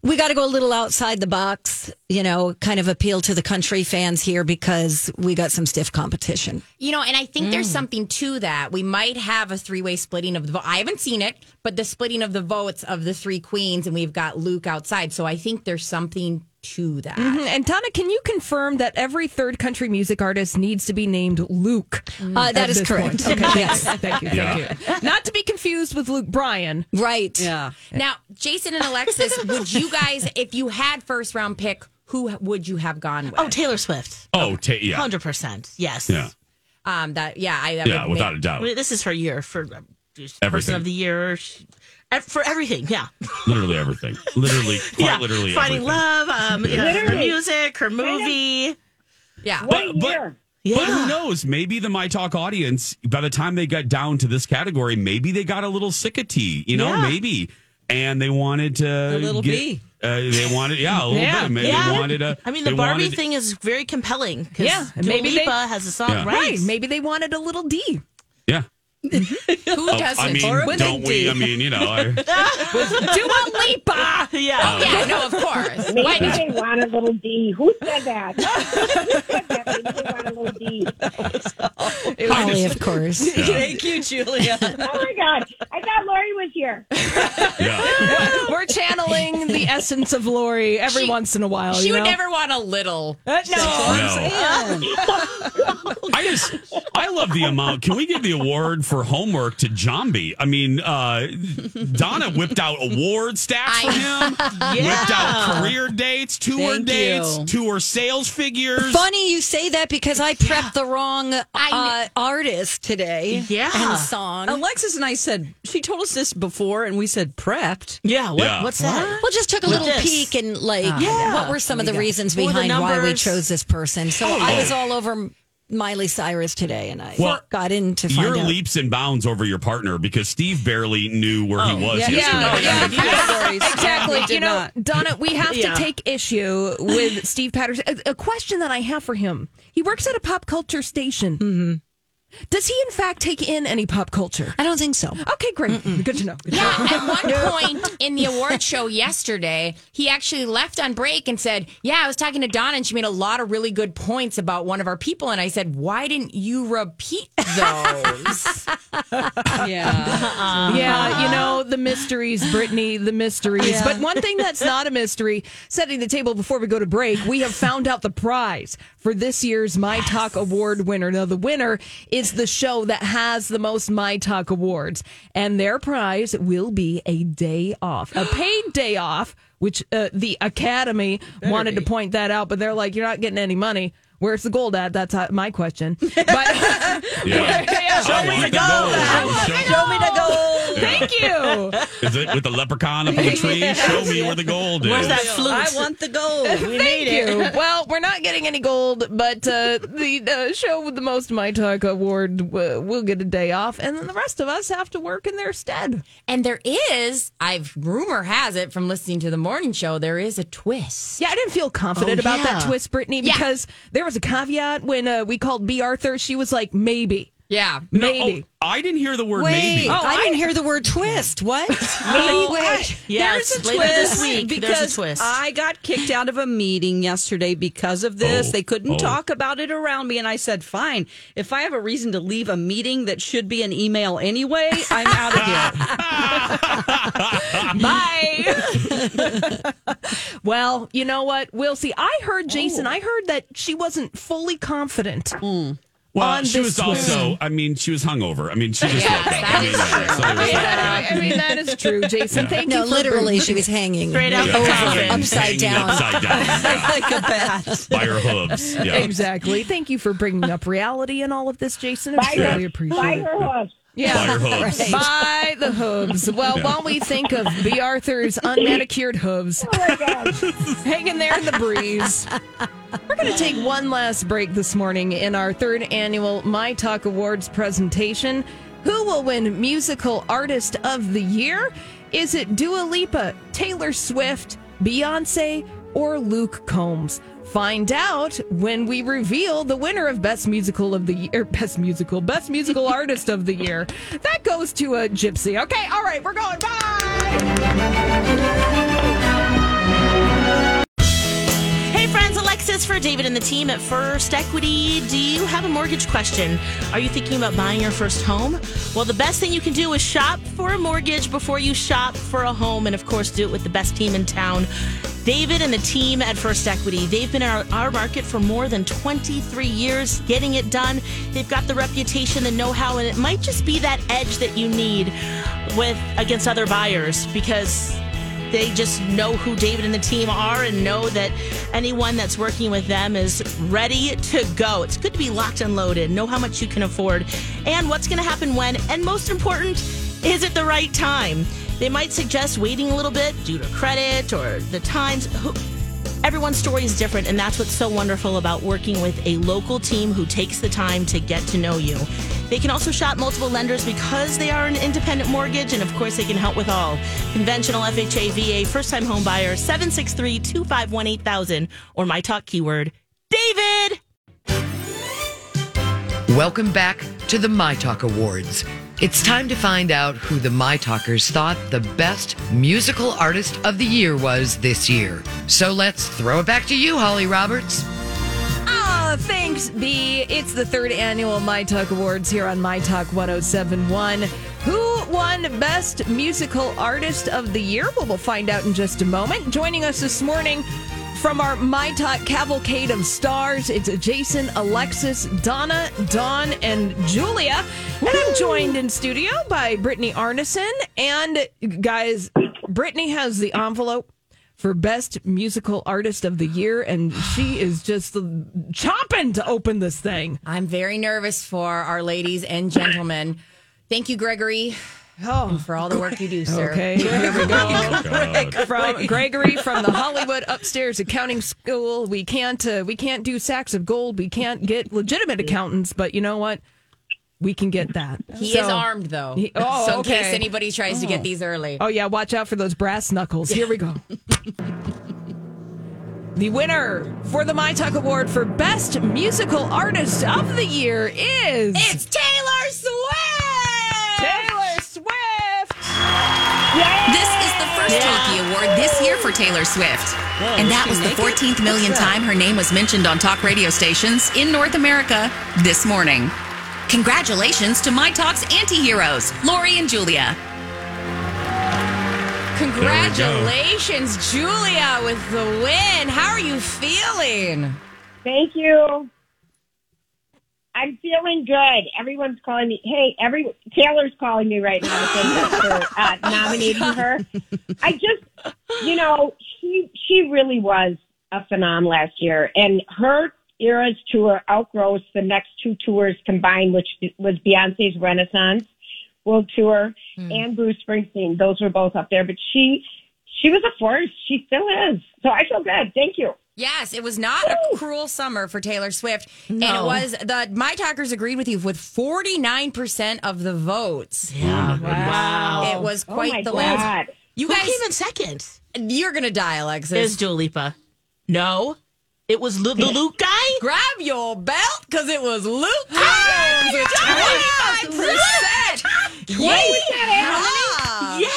Speaker 8: we got to go a little outside the box, you know, kind of appeal to the country fans here because we got some stiff competition.
Speaker 11: You know, and I think there's
Speaker 8: Mm.
Speaker 11: something to that. We might have a three way splitting of the vote. I haven't seen it, but the splitting of the votes of the three queens, and we've got Luke outside. So I think there's something to that.
Speaker 2: Mhm. And Tana, can you confirm that every third country music artist needs to be named Luke?
Speaker 8: Uh,
Speaker 2: at
Speaker 8: that is
Speaker 2: this
Speaker 8: correct.
Speaker 2: point? Okay,
Speaker 8: Yes.
Speaker 2: Thank you. Thank
Speaker 8: Yeah.
Speaker 2: you. Not to be confused with Luke Bryan.
Speaker 8: Right.
Speaker 2: Yeah.
Speaker 11: Now, Jason and Alexis, would you guys, if you had first round pick, who would you have gone with?
Speaker 13: Oh, Taylor Swift.
Speaker 5: Oh, ta- yeah.
Speaker 13: 100%. Yes.
Speaker 5: Yeah.
Speaker 11: Um, that yeah, I that
Speaker 5: Yeah,
Speaker 11: would
Speaker 5: without
Speaker 11: make-
Speaker 5: a doubt.
Speaker 13: Wait, This is her year for um, just
Speaker 5: Everything.
Speaker 13: person of the year. She- ev- For everything, yeah.
Speaker 5: Literally everything. Literally, quite
Speaker 13: yeah.
Speaker 5: literally
Speaker 13: Finding
Speaker 5: everything.
Speaker 13: love, um, you know, her
Speaker 5: Literally.
Speaker 13: music, her movie.
Speaker 11: Yeah.
Speaker 5: But, but, but who knows? Maybe the My Talk audience, by the time they got down to this category, maybe they got a little sick of tea, you know,
Speaker 13: Yeah.
Speaker 5: maybe. And they wanted to.
Speaker 13: A little
Speaker 5: get,
Speaker 13: bee.
Speaker 5: Uh, they wanted, yeah, a little bit. Maybe they wanted a.
Speaker 13: I mean, the
Speaker 5: they
Speaker 13: Barbie
Speaker 5: wanted-
Speaker 13: thing is very compelling. 'cause
Speaker 2: Yeah,
Speaker 13: Dua
Speaker 2: maybe they-
Speaker 13: Lipa has a song,
Speaker 5: Yeah.
Speaker 13: right?
Speaker 2: Right, Maybe they wanted a little D.
Speaker 5: Yeah.
Speaker 2: Who
Speaker 5: Oh, I mean, don't we? I mean, you know. I,
Speaker 2: Dua Lipa.
Speaker 13: Yeah.
Speaker 5: Oh, yeah,
Speaker 11: no, of course.
Speaker 6: Maybe
Speaker 5: Why not?
Speaker 6: they want a little D. Who said that? Who said that? Maybe they want a little D.
Speaker 8: Holly, of course.
Speaker 13: Thank you, Julia.
Speaker 6: oh my God! I thought Lori was here.
Speaker 2: We're channeling the essence of Lori every once in a while.
Speaker 11: she
Speaker 2: Oh, you
Speaker 11: would
Speaker 2: know?
Speaker 11: never want a little.
Speaker 2: Uh, no.
Speaker 5: I just, I love the amount. Can we give the award for homework to Jambi? I mean, uh, Donna whipped out award stacks for him, whipped out career dates, tour
Speaker 8: Thank
Speaker 5: dates,
Speaker 8: you.
Speaker 5: tour sales figures.
Speaker 8: Funny you say that because I prepped the wrong uh, artist today. And song.
Speaker 4: Alexis and I said she told us this before, and we said prepped.
Speaker 13: Yeah.
Speaker 8: what- Yeah. what's that? Well, just took a little peek and like,
Speaker 13: Ah,
Speaker 4: Yeah.
Speaker 8: what were some of the
Speaker 4: Yeah.
Speaker 8: reasons
Speaker 4: Or the
Speaker 8: behind why we
Speaker 4: numbers.
Speaker 8: chose this person? So
Speaker 5: Oh,
Speaker 8: I
Speaker 5: yeah.
Speaker 8: was all over Miley Cyrus today, and I
Speaker 5: Well,
Speaker 8: got in to
Speaker 5: You're
Speaker 8: find out.
Speaker 5: leaps and bounds over your partner because Steve barely knew where
Speaker 2: Oh,
Speaker 5: he was
Speaker 8: yeah, yeah,
Speaker 5: yesterday.
Speaker 8: yeah.
Speaker 2: exactly.
Speaker 4: Did
Speaker 2: You know,
Speaker 4: not.
Speaker 2: Donna, we have
Speaker 4: Yeah.
Speaker 2: to take issue with Steve Patterson. A, a question that I have for him: He works at a pop culture station. Does he, in fact, take in any pop culture?
Speaker 8: I don't think so.
Speaker 2: Okay, great. Good to know. Good to
Speaker 11: Yeah,
Speaker 2: know.
Speaker 11: at one point in the award show yesterday, he actually left on break and said, Yeah, I was talking to Donna and she made a lot of really good points about one of our people. And I said, Why didn't you repeat those?
Speaker 8: Uh-uh. Uh-huh.
Speaker 2: Yeah. Yeah, you know, the mysteries, Brittany, the mysteries.
Speaker 4: Yeah.
Speaker 2: But one thing that's not a mystery, setting the table before we go to break, we have found out the prize for this year's My Talk Award winner. Now, the winner is the show that has the most My Talk Awards, and their prize will be a day off, a paid day off, which uh, the Academy wanted to point that out, but they're like, you're not getting any money. Where's the gold at? That's uh, my question. But Yeah.
Speaker 5: Show me the gold.
Speaker 2: Show me the gold.
Speaker 5: Yeah.
Speaker 2: Thank you.
Speaker 5: Is it with the leprechaun up on the tree? Show me where the gold is.
Speaker 4: I want the gold. We
Speaker 2: Thank
Speaker 4: need it.
Speaker 2: you. Well, we're not getting any gold, but uh, the uh, show with the most My Talk award uh, will get a day off, and then the rest of us have to work in their stead.
Speaker 11: and there is, I've rumor has it from listening to the morning show, there is a twist.
Speaker 2: Yeah, I didn't feel confident
Speaker 11: Oh,
Speaker 2: about that
Speaker 11: yeah.
Speaker 2: twist, Brittany,
Speaker 11: Yeah.
Speaker 2: because there was a caveat when uh, we called B. Arthur. She was like, maybe.
Speaker 11: Yeah.
Speaker 5: No,
Speaker 2: Maybe.
Speaker 5: oh, I didn't hear the word
Speaker 2: Wait.
Speaker 5: maybe.
Speaker 2: Oh,
Speaker 8: I,
Speaker 2: I-
Speaker 8: didn't hear the word twist. What?
Speaker 2: Oh,
Speaker 8: wait.
Speaker 13: Yes,
Speaker 4: There's a
Speaker 13: later this
Speaker 4: twist
Speaker 13: week, there's a
Speaker 4: because
Speaker 13: twist.
Speaker 4: I got kicked out of a meeting yesterday because of this.
Speaker 13: Oh,
Speaker 4: they couldn't
Speaker 13: oh.
Speaker 4: talk about it around me, and I said, "Fine, if I have a reason to leave a meeting that should be an email anyway, I'm out of here."
Speaker 2: Well, you know what? We'll see. I heard,
Speaker 4: Oh.
Speaker 2: Jason, I heard that she wasn't fully confident.
Speaker 4: Hmm.
Speaker 5: Well,
Speaker 2: on
Speaker 5: she was
Speaker 2: this twist.
Speaker 5: also. I mean, she was hungover. I mean, she just woke up. I mean, yeah, so there was uh,
Speaker 2: Yeah,
Speaker 5: that.
Speaker 2: I mean that is true, Jason. Thank
Speaker 8: no,
Speaker 2: you. for
Speaker 8: literally,
Speaker 2: bringing-
Speaker 8: she was hanging
Speaker 2: Straight out
Speaker 5: Yeah.
Speaker 2: the
Speaker 5: Hanging-
Speaker 2: coffin, upside
Speaker 5: hanging
Speaker 2: down.
Speaker 5: Upside down. Yeah.
Speaker 4: like a bat.
Speaker 5: By her hooves. Yeah.
Speaker 2: Exactly. Thank you for bringing up reality and all of this, Jason. I
Speaker 5: By her-
Speaker 2: really appreciate
Speaker 5: by
Speaker 2: it.
Speaker 5: her
Speaker 6: hooves.
Speaker 5: by your hooves.
Speaker 2: right. By the hooves. Well,
Speaker 5: Yeah.
Speaker 2: while we think of B. Arthur's unmanicured hooves
Speaker 5: Oh
Speaker 2: hanging there in the breeze, we're going to take one last break this morning in our third annual My Talk Awards presentation. Who will win Musical Artist of the Year? Is it Dua Lipa, Taylor Swift, Beyonce, or Luke Combs? Find out when we reveal the winner of Best Musical of the Year, Best Musical, Best Musical Artist of the Year. That goes to a gypsy. Okay, all right, we're going. Bye.
Speaker 13: Hey, friends, Alexis for David and the team at First Equity. Do you have a mortgage question? Are you thinking about buying your first home? Well, the best thing you can do is shop for a mortgage before you shop for a home, and of course, do it with the best team in town. David and the team at First Equity, they've been in our, our market for more than 23 years getting it done. They've got the reputation, the know how, and it might just be that edge that you need with against other buyers because they just know who David and the team are and know that anyone that's working with them is ready to go. It's good to be locked and loaded, know how much you can afford and what's going to happen when. And most important, is it the right time? They might suggest waiting a little bit due to credit or the times. Who- Everyone's story is different, and that's what's so wonderful about working with a local team who takes the time to get to know you. They can also shop multiple lenders because they are an independent mortgage, and of course, they can help with all conventional FHA, VA, first time home buyer, 763 251 8000, or my talk keyword, David.
Speaker 1: Welcome back to the My Talk Awards. It's time to find out who the My Talkers thought the best musical artist of the year was this year. So let's throw it back to you, Holly Roberts.
Speaker 2: Ah, thanks, B. It's the third annual My Talk Awards here on My Talk 1071. Who won Best Musical Artist of the Year? Well, we'll find out in just a moment. Joining us this morning from our My Talk cavalcade of stars, it's Jason, Alexis, Donna, Dawn, and Julia. And I'm joined in studio by Brittany Arneson. And guys, Brittany has the envelope for Best Musical Artist of the Year, and she is just chomping to open this thing.
Speaker 3: I'm very nervous for our ladies and gentlemen. Thank you, Gregory, and for all the work you do, sir.
Speaker 2: Oh, Okay, here we go. from Gregory from the Hollywood Upstairs Accounting School. We can't uh, we can't do sacks of gold. We can't get legitimate accountants, but you know what? We can get that.
Speaker 3: He
Speaker 2: So-
Speaker 3: is armed, though.
Speaker 2: He- oh,
Speaker 3: so in case
Speaker 2: okay.
Speaker 3: anybody tries to
Speaker 2: Oh.
Speaker 3: get these early.
Speaker 2: Oh yeah, watch out for those brass knuckles. Here we go. the winner for the My Talk Award for Best Musical Artist of the Year is It's
Speaker 3: Taylor Swift.
Speaker 2: Taylor Swift.
Speaker 11: This is the first Talkie Award this year for Taylor Swift. and that
Speaker 13: she
Speaker 11: was the
Speaker 13: naked?
Speaker 11: 14th million
Speaker 13: What's that?
Speaker 11: time her name was mentioned on talk radio stations in North America this morning. Congratulations to My Talk's anti heroes, Lori and Julia.
Speaker 3: Congratulations, Julia, with the win. How are you feeling?
Speaker 6: Thank you. I'm feeling good. Everyone's calling me. Hey, every Taylor's calling me right now. Thank you for uh, nominating her. I just, you know, she she really was a phenom last year, and her Eras tour outgrows the next two tours combined, which was Beyonce's Renaissance World Tour
Speaker 3: Hmm.
Speaker 6: and Bruce Springsteen. Those were both up there, but she she was a force. She still is. So I feel good. Thank you.
Speaker 3: Yes, it was not a cruel summer for Taylor Swift. And it
Speaker 6: No.
Speaker 3: was the My Talkers agreed with you with 49% of the votes.
Speaker 13: Yeah.
Speaker 3: Wow. It was
Speaker 13: Oh
Speaker 3: quite
Speaker 13: my
Speaker 3: the
Speaker 13: God.
Speaker 3: last. You
Speaker 13: Who
Speaker 3: guys
Speaker 13: came in second?
Speaker 3: You're going to die, Alexis.
Speaker 13: There's Dua Lipa. No, it was Lu- the Luke guy. Oh
Speaker 3: Grab your belt because it was Luke Combs with 25%.
Speaker 13: Twenty-
Speaker 3: Yeah.
Speaker 13: Yeah.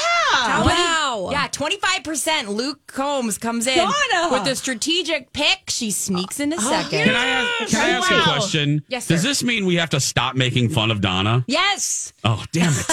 Speaker 3: Wow. Yeah, 25% Luke Combs comes in
Speaker 13: Donna.
Speaker 3: with a strategic pick. She sneaks
Speaker 8: Oh,
Speaker 3: in a second.
Speaker 5: Can I ask, can I ask a question?
Speaker 3: Yes, sir.
Speaker 5: Does this mean we have to stop making fun of Donna?
Speaker 3: Yes.
Speaker 5: Oh, damn it.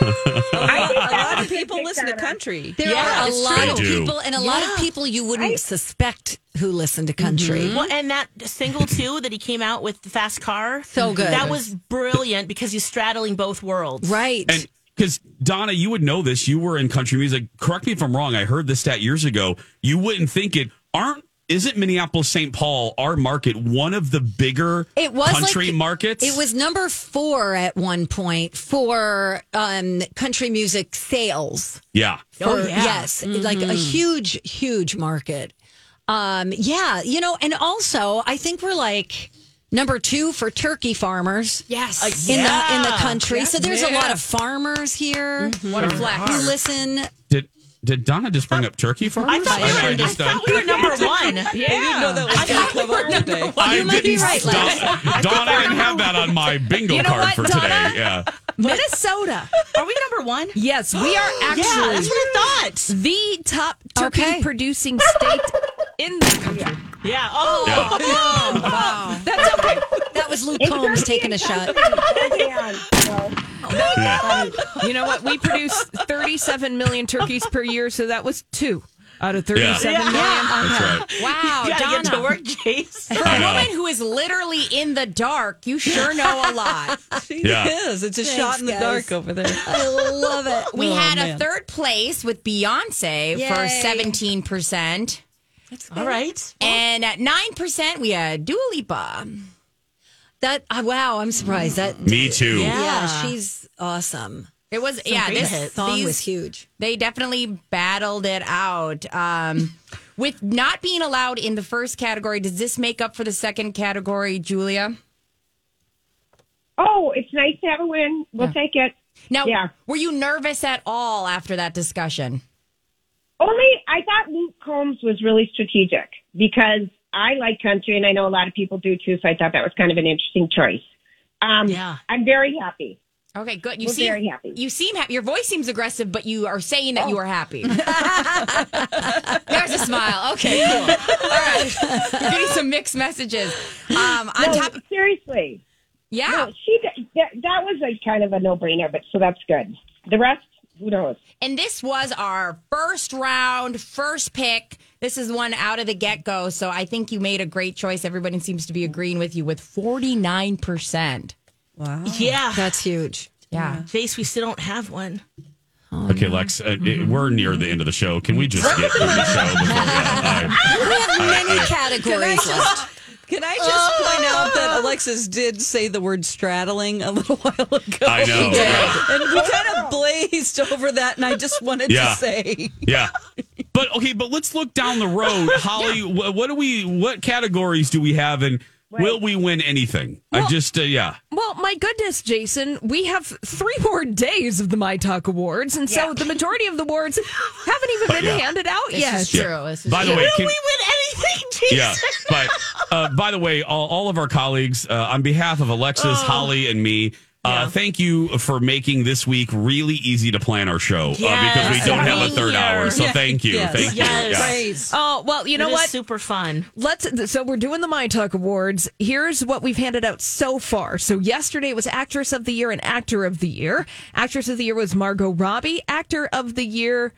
Speaker 4: a lot of people listen to country.
Speaker 8: There are a lot of people and a lot of
Speaker 13: Yeah. Mm-hmm.
Speaker 8: people you wouldn't suspect who listen to country.
Speaker 13: Well, and that single too that he came out with the fast car,
Speaker 8: So good.
Speaker 13: That was brilliant because he's straddling both worlds,
Speaker 8: right?
Speaker 5: And because Donna, you would know this. You were in country music. Correct me if I'm wrong. I heard this stat years ago. You wouldn't think it. Aren't isn't Minneapolis St. Paul our market one of the bigger
Speaker 8: It was
Speaker 5: country
Speaker 8: like,
Speaker 5: markets?
Speaker 8: It was number four at one point for um, country music sales.
Speaker 5: Oh, yeah.
Speaker 8: For- Yes, like a huge, huge market. Um, yeah, you know, and also I think we're like number two for turkey farmers. Yes, in the in the
Speaker 3: yeah.
Speaker 8: country. So there's a lot
Speaker 3: Yeah.
Speaker 8: of farmers here.
Speaker 3: What a
Speaker 8: who
Speaker 3: flex.
Speaker 8: Listen,
Speaker 5: Did did Donna just bring up turkey for us?
Speaker 8: I thought we were- I
Speaker 5: just, uh,
Speaker 13: thought we were number one.
Speaker 4: I didn't know that was
Speaker 13: I thought
Speaker 4: gonna
Speaker 13: we were
Speaker 4: come up today.
Speaker 13: number
Speaker 5: I
Speaker 13: one.
Speaker 5: didn't, Donna, Donna, I didn't have that on my bingo
Speaker 13: You know
Speaker 5: card
Speaker 13: what,
Speaker 5: for
Speaker 13: Donna?
Speaker 5: today. Yeah.
Speaker 2: Minnesota.
Speaker 13: Are we number one?
Speaker 2: Yes, we are
Speaker 13: Yeah,
Speaker 2: actually.
Speaker 13: that's what I thought.
Speaker 2: The top turkey producing state in the country.
Speaker 13: Yeah. Oh,
Speaker 2: Oh, wow. That's okay.
Speaker 8: That was Luke Combs taking a shot.
Speaker 2: You know what? We produce 37 million turkeys per year, so that was two out of 37
Speaker 8: Yeah.
Speaker 2: million.
Speaker 8: Yeah.
Speaker 5: That's right.
Speaker 8: Wow,
Speaker 13: You gotta get to
Speaker 8: Donna.
Speaker 13: work, Jace.
Speaker 8: For
Speaker 5: I
Speaker 8: a
Speaker 5: know.
Speaker 8: woman who is literally in the dark, you sure know a lot.
Speaker 4: It
Speaker 5: Yeah.
Speaker 4: is. It's a
Speaker 8: Thanks,
Speaker 4: shot in the
Speaker 8: guys.
Speaker 4: dark over there.
Speaker 8: I love it.
Speaker 3: We
Speaker 8: Oh,
Speaker 3: had
Speaker 8: man.
Speaker 3: a third place with Beyonce for
Speaker 8: Yay.
Speaker 3: 17%.
Speaker 13: All right.
Speaker 3: And at 9%, we had Dua Lipa.
Speaker 8: That uh, wow, I'm surprised. That
Speaker 5: Me too.
Speaker 8: Yeah,
Speaker 3: Yeah.
Speaker 8: she's awesome.
Speaker 3: It was, yeah,
Speaker 8: Um, great
Speaker 3: this
Speaker 8: hits. Song was huge.
Speaker 3: They definitely battled it out. Um, with not being allowed in the first category, does this make up for the second category, Julia?
Speaker 6: Oh, it's nice to have a win. We'll take it.
Speaker 3: Now,
Speaker 6: Yeah.
Speaker 3: were you nervous at all after that discussion?
Speaker 6: Only I thought Luke Combs was really strategic because I like country and I know a lot of people do too. So I thought that was kind of an interesting choice. Um,
Speaker 13: Yeah.
Speaker 6: I'm very happy.
Speaker 3: Okay, good. You
Speaker 6: We're
Speaker 3: seem
Speaker 6: very happy. Oh.
Speaker 3: You seem happy. Your voice seems aggressive, but you are saying that you are happy. There's a smile. Okay, cool. All right, we're getting some mixed messages. Um, on
Speaker 6: No,
Speaker 3: top,
Speaker 6: seriously.
Speaker 3: yeah.
Speaker 6: No, she that, that was a kind of a no brainer, but so that's good. The rest, who knows?
Speaker 3: And this was our first round, first pick. This is one out of the get go. So I think you made a great choice. Everybody seems to be agreeing with you with 49%.
Speaker 2: Wow.
Speaker 13: Yeah.
Speaker 8: That's huge.
Speaker 3: Yeah.
Speaker 13: Jace, we still don't have one.
Speaker 5: Okay, Lex, uh, it- we're near the end of the show. Can we just get through the show? Before, yeah, I-
Speaker 8: We have many categories. left.
Speaker 4: Can I just point out that Alexis did say the word straddling a little while ago?
Speaker 5: I know,
Speaker 4: She did.
Speaker 5: yeah.
Speaker 4: And we kind of blazed over that, and I just wanted
Speaker 5: Yeah.
Speaker 4: to say.
Speaker 5: yeah. But okay, but let's look down the road, Holly. wh- What do we? What categories do we have, and will we win anything? I just, uh, yeah.
Speaker 2: Well, my goodness, Jason, we have three more days of the My Talk Awards, and so the majority of the awards haven't even been
Speaker 5: Yeah.
Speaker 2: handed out
Speaker 3: This
Speaker 2: yet.
Speaker 3: is true.
Speaker 5: Yeah.
Speaker 3: This is
Speaker 5: By the
Speaker 3: true.
Speaker 5: way,
Speaker 13: Will
Speaker 5: can-
Speaker 13: we win anything, Jason?
Speaker 5: Yeah. But uh, by the way, all, all of our colleagues, uh, on behalf of Alexis,
Speaker 13: Oh.
Speaker 5: Holly, and me, uh, thank you for making this week really easy to plan our show uh, because we
Speaker 13: Yes.
Speaker 5: don't have a
Speaker 13: Being
Speaker 5: third hour.
Speaker 13: here.
Speaker 5: So
Speaker 13: Yeah.
Speaker 5: thank you.
Speaker 13: Yes.
Speaker 5: Thank you.
Speaker 13: Yes.
Speaker 5: Yeah.
Speaker 13: Praise.
Speaker 2: Oh, well, you know
Speaker 13: It is
Speaker 2: what?
Speaker 13: Super fun.
Speaker 2: Let's. So we're doing the My Talk Awards. Here's what we've handed out so far. So yesterday it was Actress of the Year and Actor of the Year. Actress of the Year was Margot Robbie. Actor of the Year,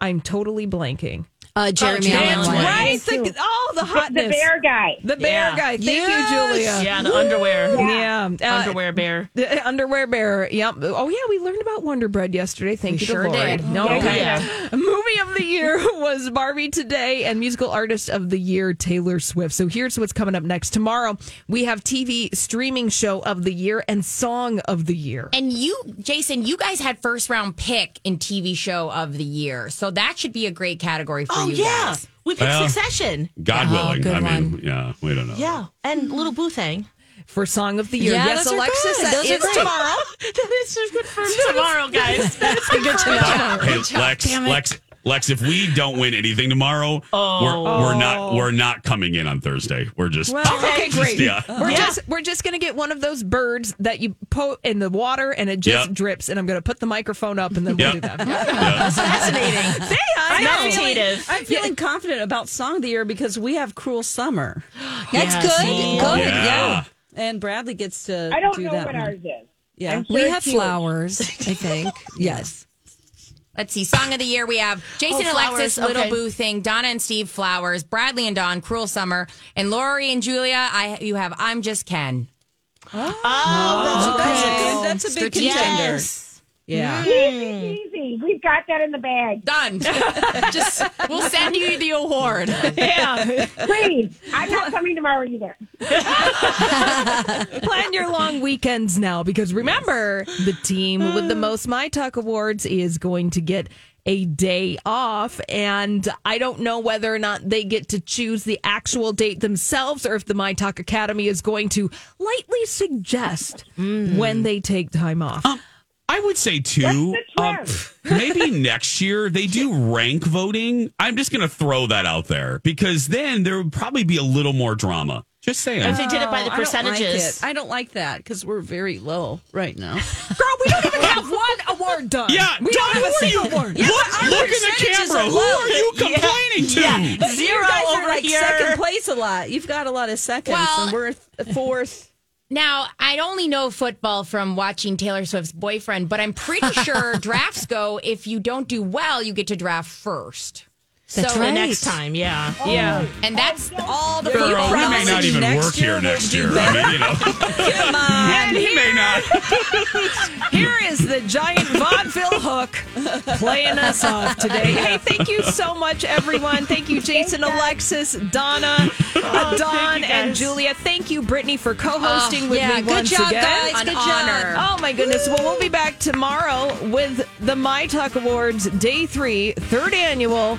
Speaker 2: I'm totally blanking. Oh,
Speaker 8: Uh, Jeremy Allen.
Speaker 13: That's
Speaker 8: White.
Speaker 13: right.
Speaker 2: Right? The, oh, the hotness.
Speaker 6: The bear guy.
Speaker 2: The bear
Speaker 13: Yeah.
Speaker 2: guy. Thank
Speaker 8: Yes.
Speaker 2: you, Julia.
Speaker 13: Yeah, the underwear.
Speaker 2: Yeah. Uh,
Speaker 13: underwear bear.
Speaker 2: The uh, underwear bearer. Yep. Oh yeah, we learned about Wonder Bread yesterday. Thank you, to
Speaker 3: sure
Speaker 2: Lord.
Speaker 3: did.
Speaker 2: No, okay.
Speaker 13: yeah.
Speaker 2: Movie of the year was Barbie today, and musical artist of the year Taylor Swift. So here's what's coming up next. Tomorrow we have TV streaming show of the year and song of the year.
Speaker 3: And you, Jason, you guys had first round pick in TV show of the year. So that should be a great category for
Speaker 13: Oh,
Speaker 3: you
Speaker 13: yeah.
Speaker 3: guys.
Speaker 13: We picked
Speaker 5: Well.
Speaker 13: Succession.
Speaker 5: God
Speaker 8: Oh,
Speaker 5: willing.
Speaker 8: good
Speaker 5: I mean,
Speaker 8: one.
Speaker 5: yeah, we don't know.
Speaker 13: Yeah. And Little Boothang.
Speaker 2: For song of the year,
Speaker 8: Yeah,
Speaker 2: yes,
Speaker 8: those are
Speaker 2: Alexis,
Speaker 8: good.
Speaker 2: that
Speaker 8: Those are
Speaker 2: is
Speaker 8: great.
Speaker 2: tomorrow.
Speaker 13: that is just confirmed tomorrow, guys. That's Oh, good to
Speaker 5: Hey, Lex, Lex, Lex, if we don't win anything tomorrow, we're, we're not we're not coming in on Thursday. We're just
Speaker 2: Well, okay, great.
Speaker 5: Yeah.
Speaker 2: We're
Speaker 13: Yeah.
Speaker 2: just we're just gonna get one of those birds that you put in the water and it just
Speaker 5: Yep.
Speaker 2: drips, and I'm gonna put the microphone up and then
Speaker 5: Yep.
Speaker 2: we'll do that.
Speaker 13: Fascinating.
Speaker 2: Say hi.
Speaker 13: I'm meditative.
Speaker 4: I'm feeling confident about Song of the Year because we have Cruel Summer.
Speaker 8: That's
Speaker 13: Yeah,
Speaker 8: good.
Speaker 13: see?
Speaker 8: Good.
Speaker 5: Yeah.
Speaker 8: Yeah.
Speaker 4: And Bradley gets to
Speaker 6: I don't
Speaker 4: do
Speaker 6: know
Speaker 4: that
Speaker 6: what
Speaker 4: one.
Speaker 6: ours is.
Speaker 4: Yeah.
Speaker 8: We have flowers, I think. yes.
Speaker 3: Let's see. Song of the year we have Jason
Speaker 13: Oh,
Speaker 3: and Alexis,
Speaker 13: Flowers,
Speaker 3: Little
Speaker 13: okay.
Speaker 3: Boo Thing, Donna and Steve Flowers, Bradley and Don, Cruel Summer, and Lori and Julia. I you have I'm Just Ken.
Speaker 13: Oh,
Speaker 4: That's a good. That's a big contender. Mm-hmm.
Speaker 13: yes.
Speaker 2: Yeah.
Speaker 6: Easy, easy. We've got that in the bag.
Speaker 3: Hmm. Done. Just we'll send you the award.
Speaker 6: Yeah. Please. I'm not coming tomorrow either.
Speaker 2: Plan your long weekends now because remember, the team with the most My Talk awards is going to get a day off. And I don't know whether or not they get to choose the actual date themselves or if the My Talk Academy is going to lightly suggest when they take time off.
Speaker 5: I would say too. um, maybe next year they do rank voting. I'm just going to throw that out there because then there would probably be a little more drama. Just saying.
Speaker 13: If they did it by the
Speaker 4: No, Oh, I don't like
Speaker 13: percentages.
Speaker 4: it. I don't like that because we're very low right now.
Speaker 2: Girl, we don't even have one award done.
Speaker 4: Yeah,
Speaker 2: we don't
Speaker 4: Dawn,
Speaker 2: have
Speaker 4: who
Speaker 2: a
Speaker 4: are
Speaker 2: single
Speaker 4: you?
Speaker 2: award.
Speaker 4: Yeah, Look-
Speaker 2: but our
Speaker 4: look in the
Speaker 2: percentages
Speaker 4: camera.
Speaker 2: are
Speaker 4: Who
Speaker 2: low.
Speaker 4: are you complaining to?
Speaker 2: Yeah.
Speaker 4: But
Speaker 2: Zero
Speaker 4: you guys are
Speaker 2: over
Speaker 4: like
Speaker 2: here.
Speaker 4: second place a lot. You've got a lot of seconds,
Speaker 8: Well-
Speaker 4: and we're th- fourth.
Speaker 8: Now, I only know football from watching Taylor Swift's boyfriend, but I'm pretty sure drafts go if you don't do well, you get to draft first.
Speaker 13: That's right. next time,
Speaker 4: Oh.
Speaker 13: yeah.
Speaker 8: yeah. And that's all the people.
Speaker 5: Girl, we may
Speaker 8: out
Speaker 5: not even work here next year. I mean, you know.
Speaker 2: And
Speaker 5: He may not.
Speaker 2: Here is the giant vaudeville hook playing us off today. Hey, thank you so much, everyone. Thank you, Jason, Alexis,
Speaker 8: Oh,
Speaker 2: Donna, uh, Don, and Julia. Thank you, Brittany, for co-hosting
Speaker 8: Oh,
Speaker 2: with
Speaker 8: yeah,
Speaker 2: me
Speaker 8: good
Speaker 2: once
Speaker 8: job,
Speaker 2: again.
Speaker 8: guys. Good
Speaker 2: An
Speaker 8: job.
Speaker 2: honor. Oh my goodness. Well, we'll be back tomorrow with the My Talk Awards Day Three, third annual.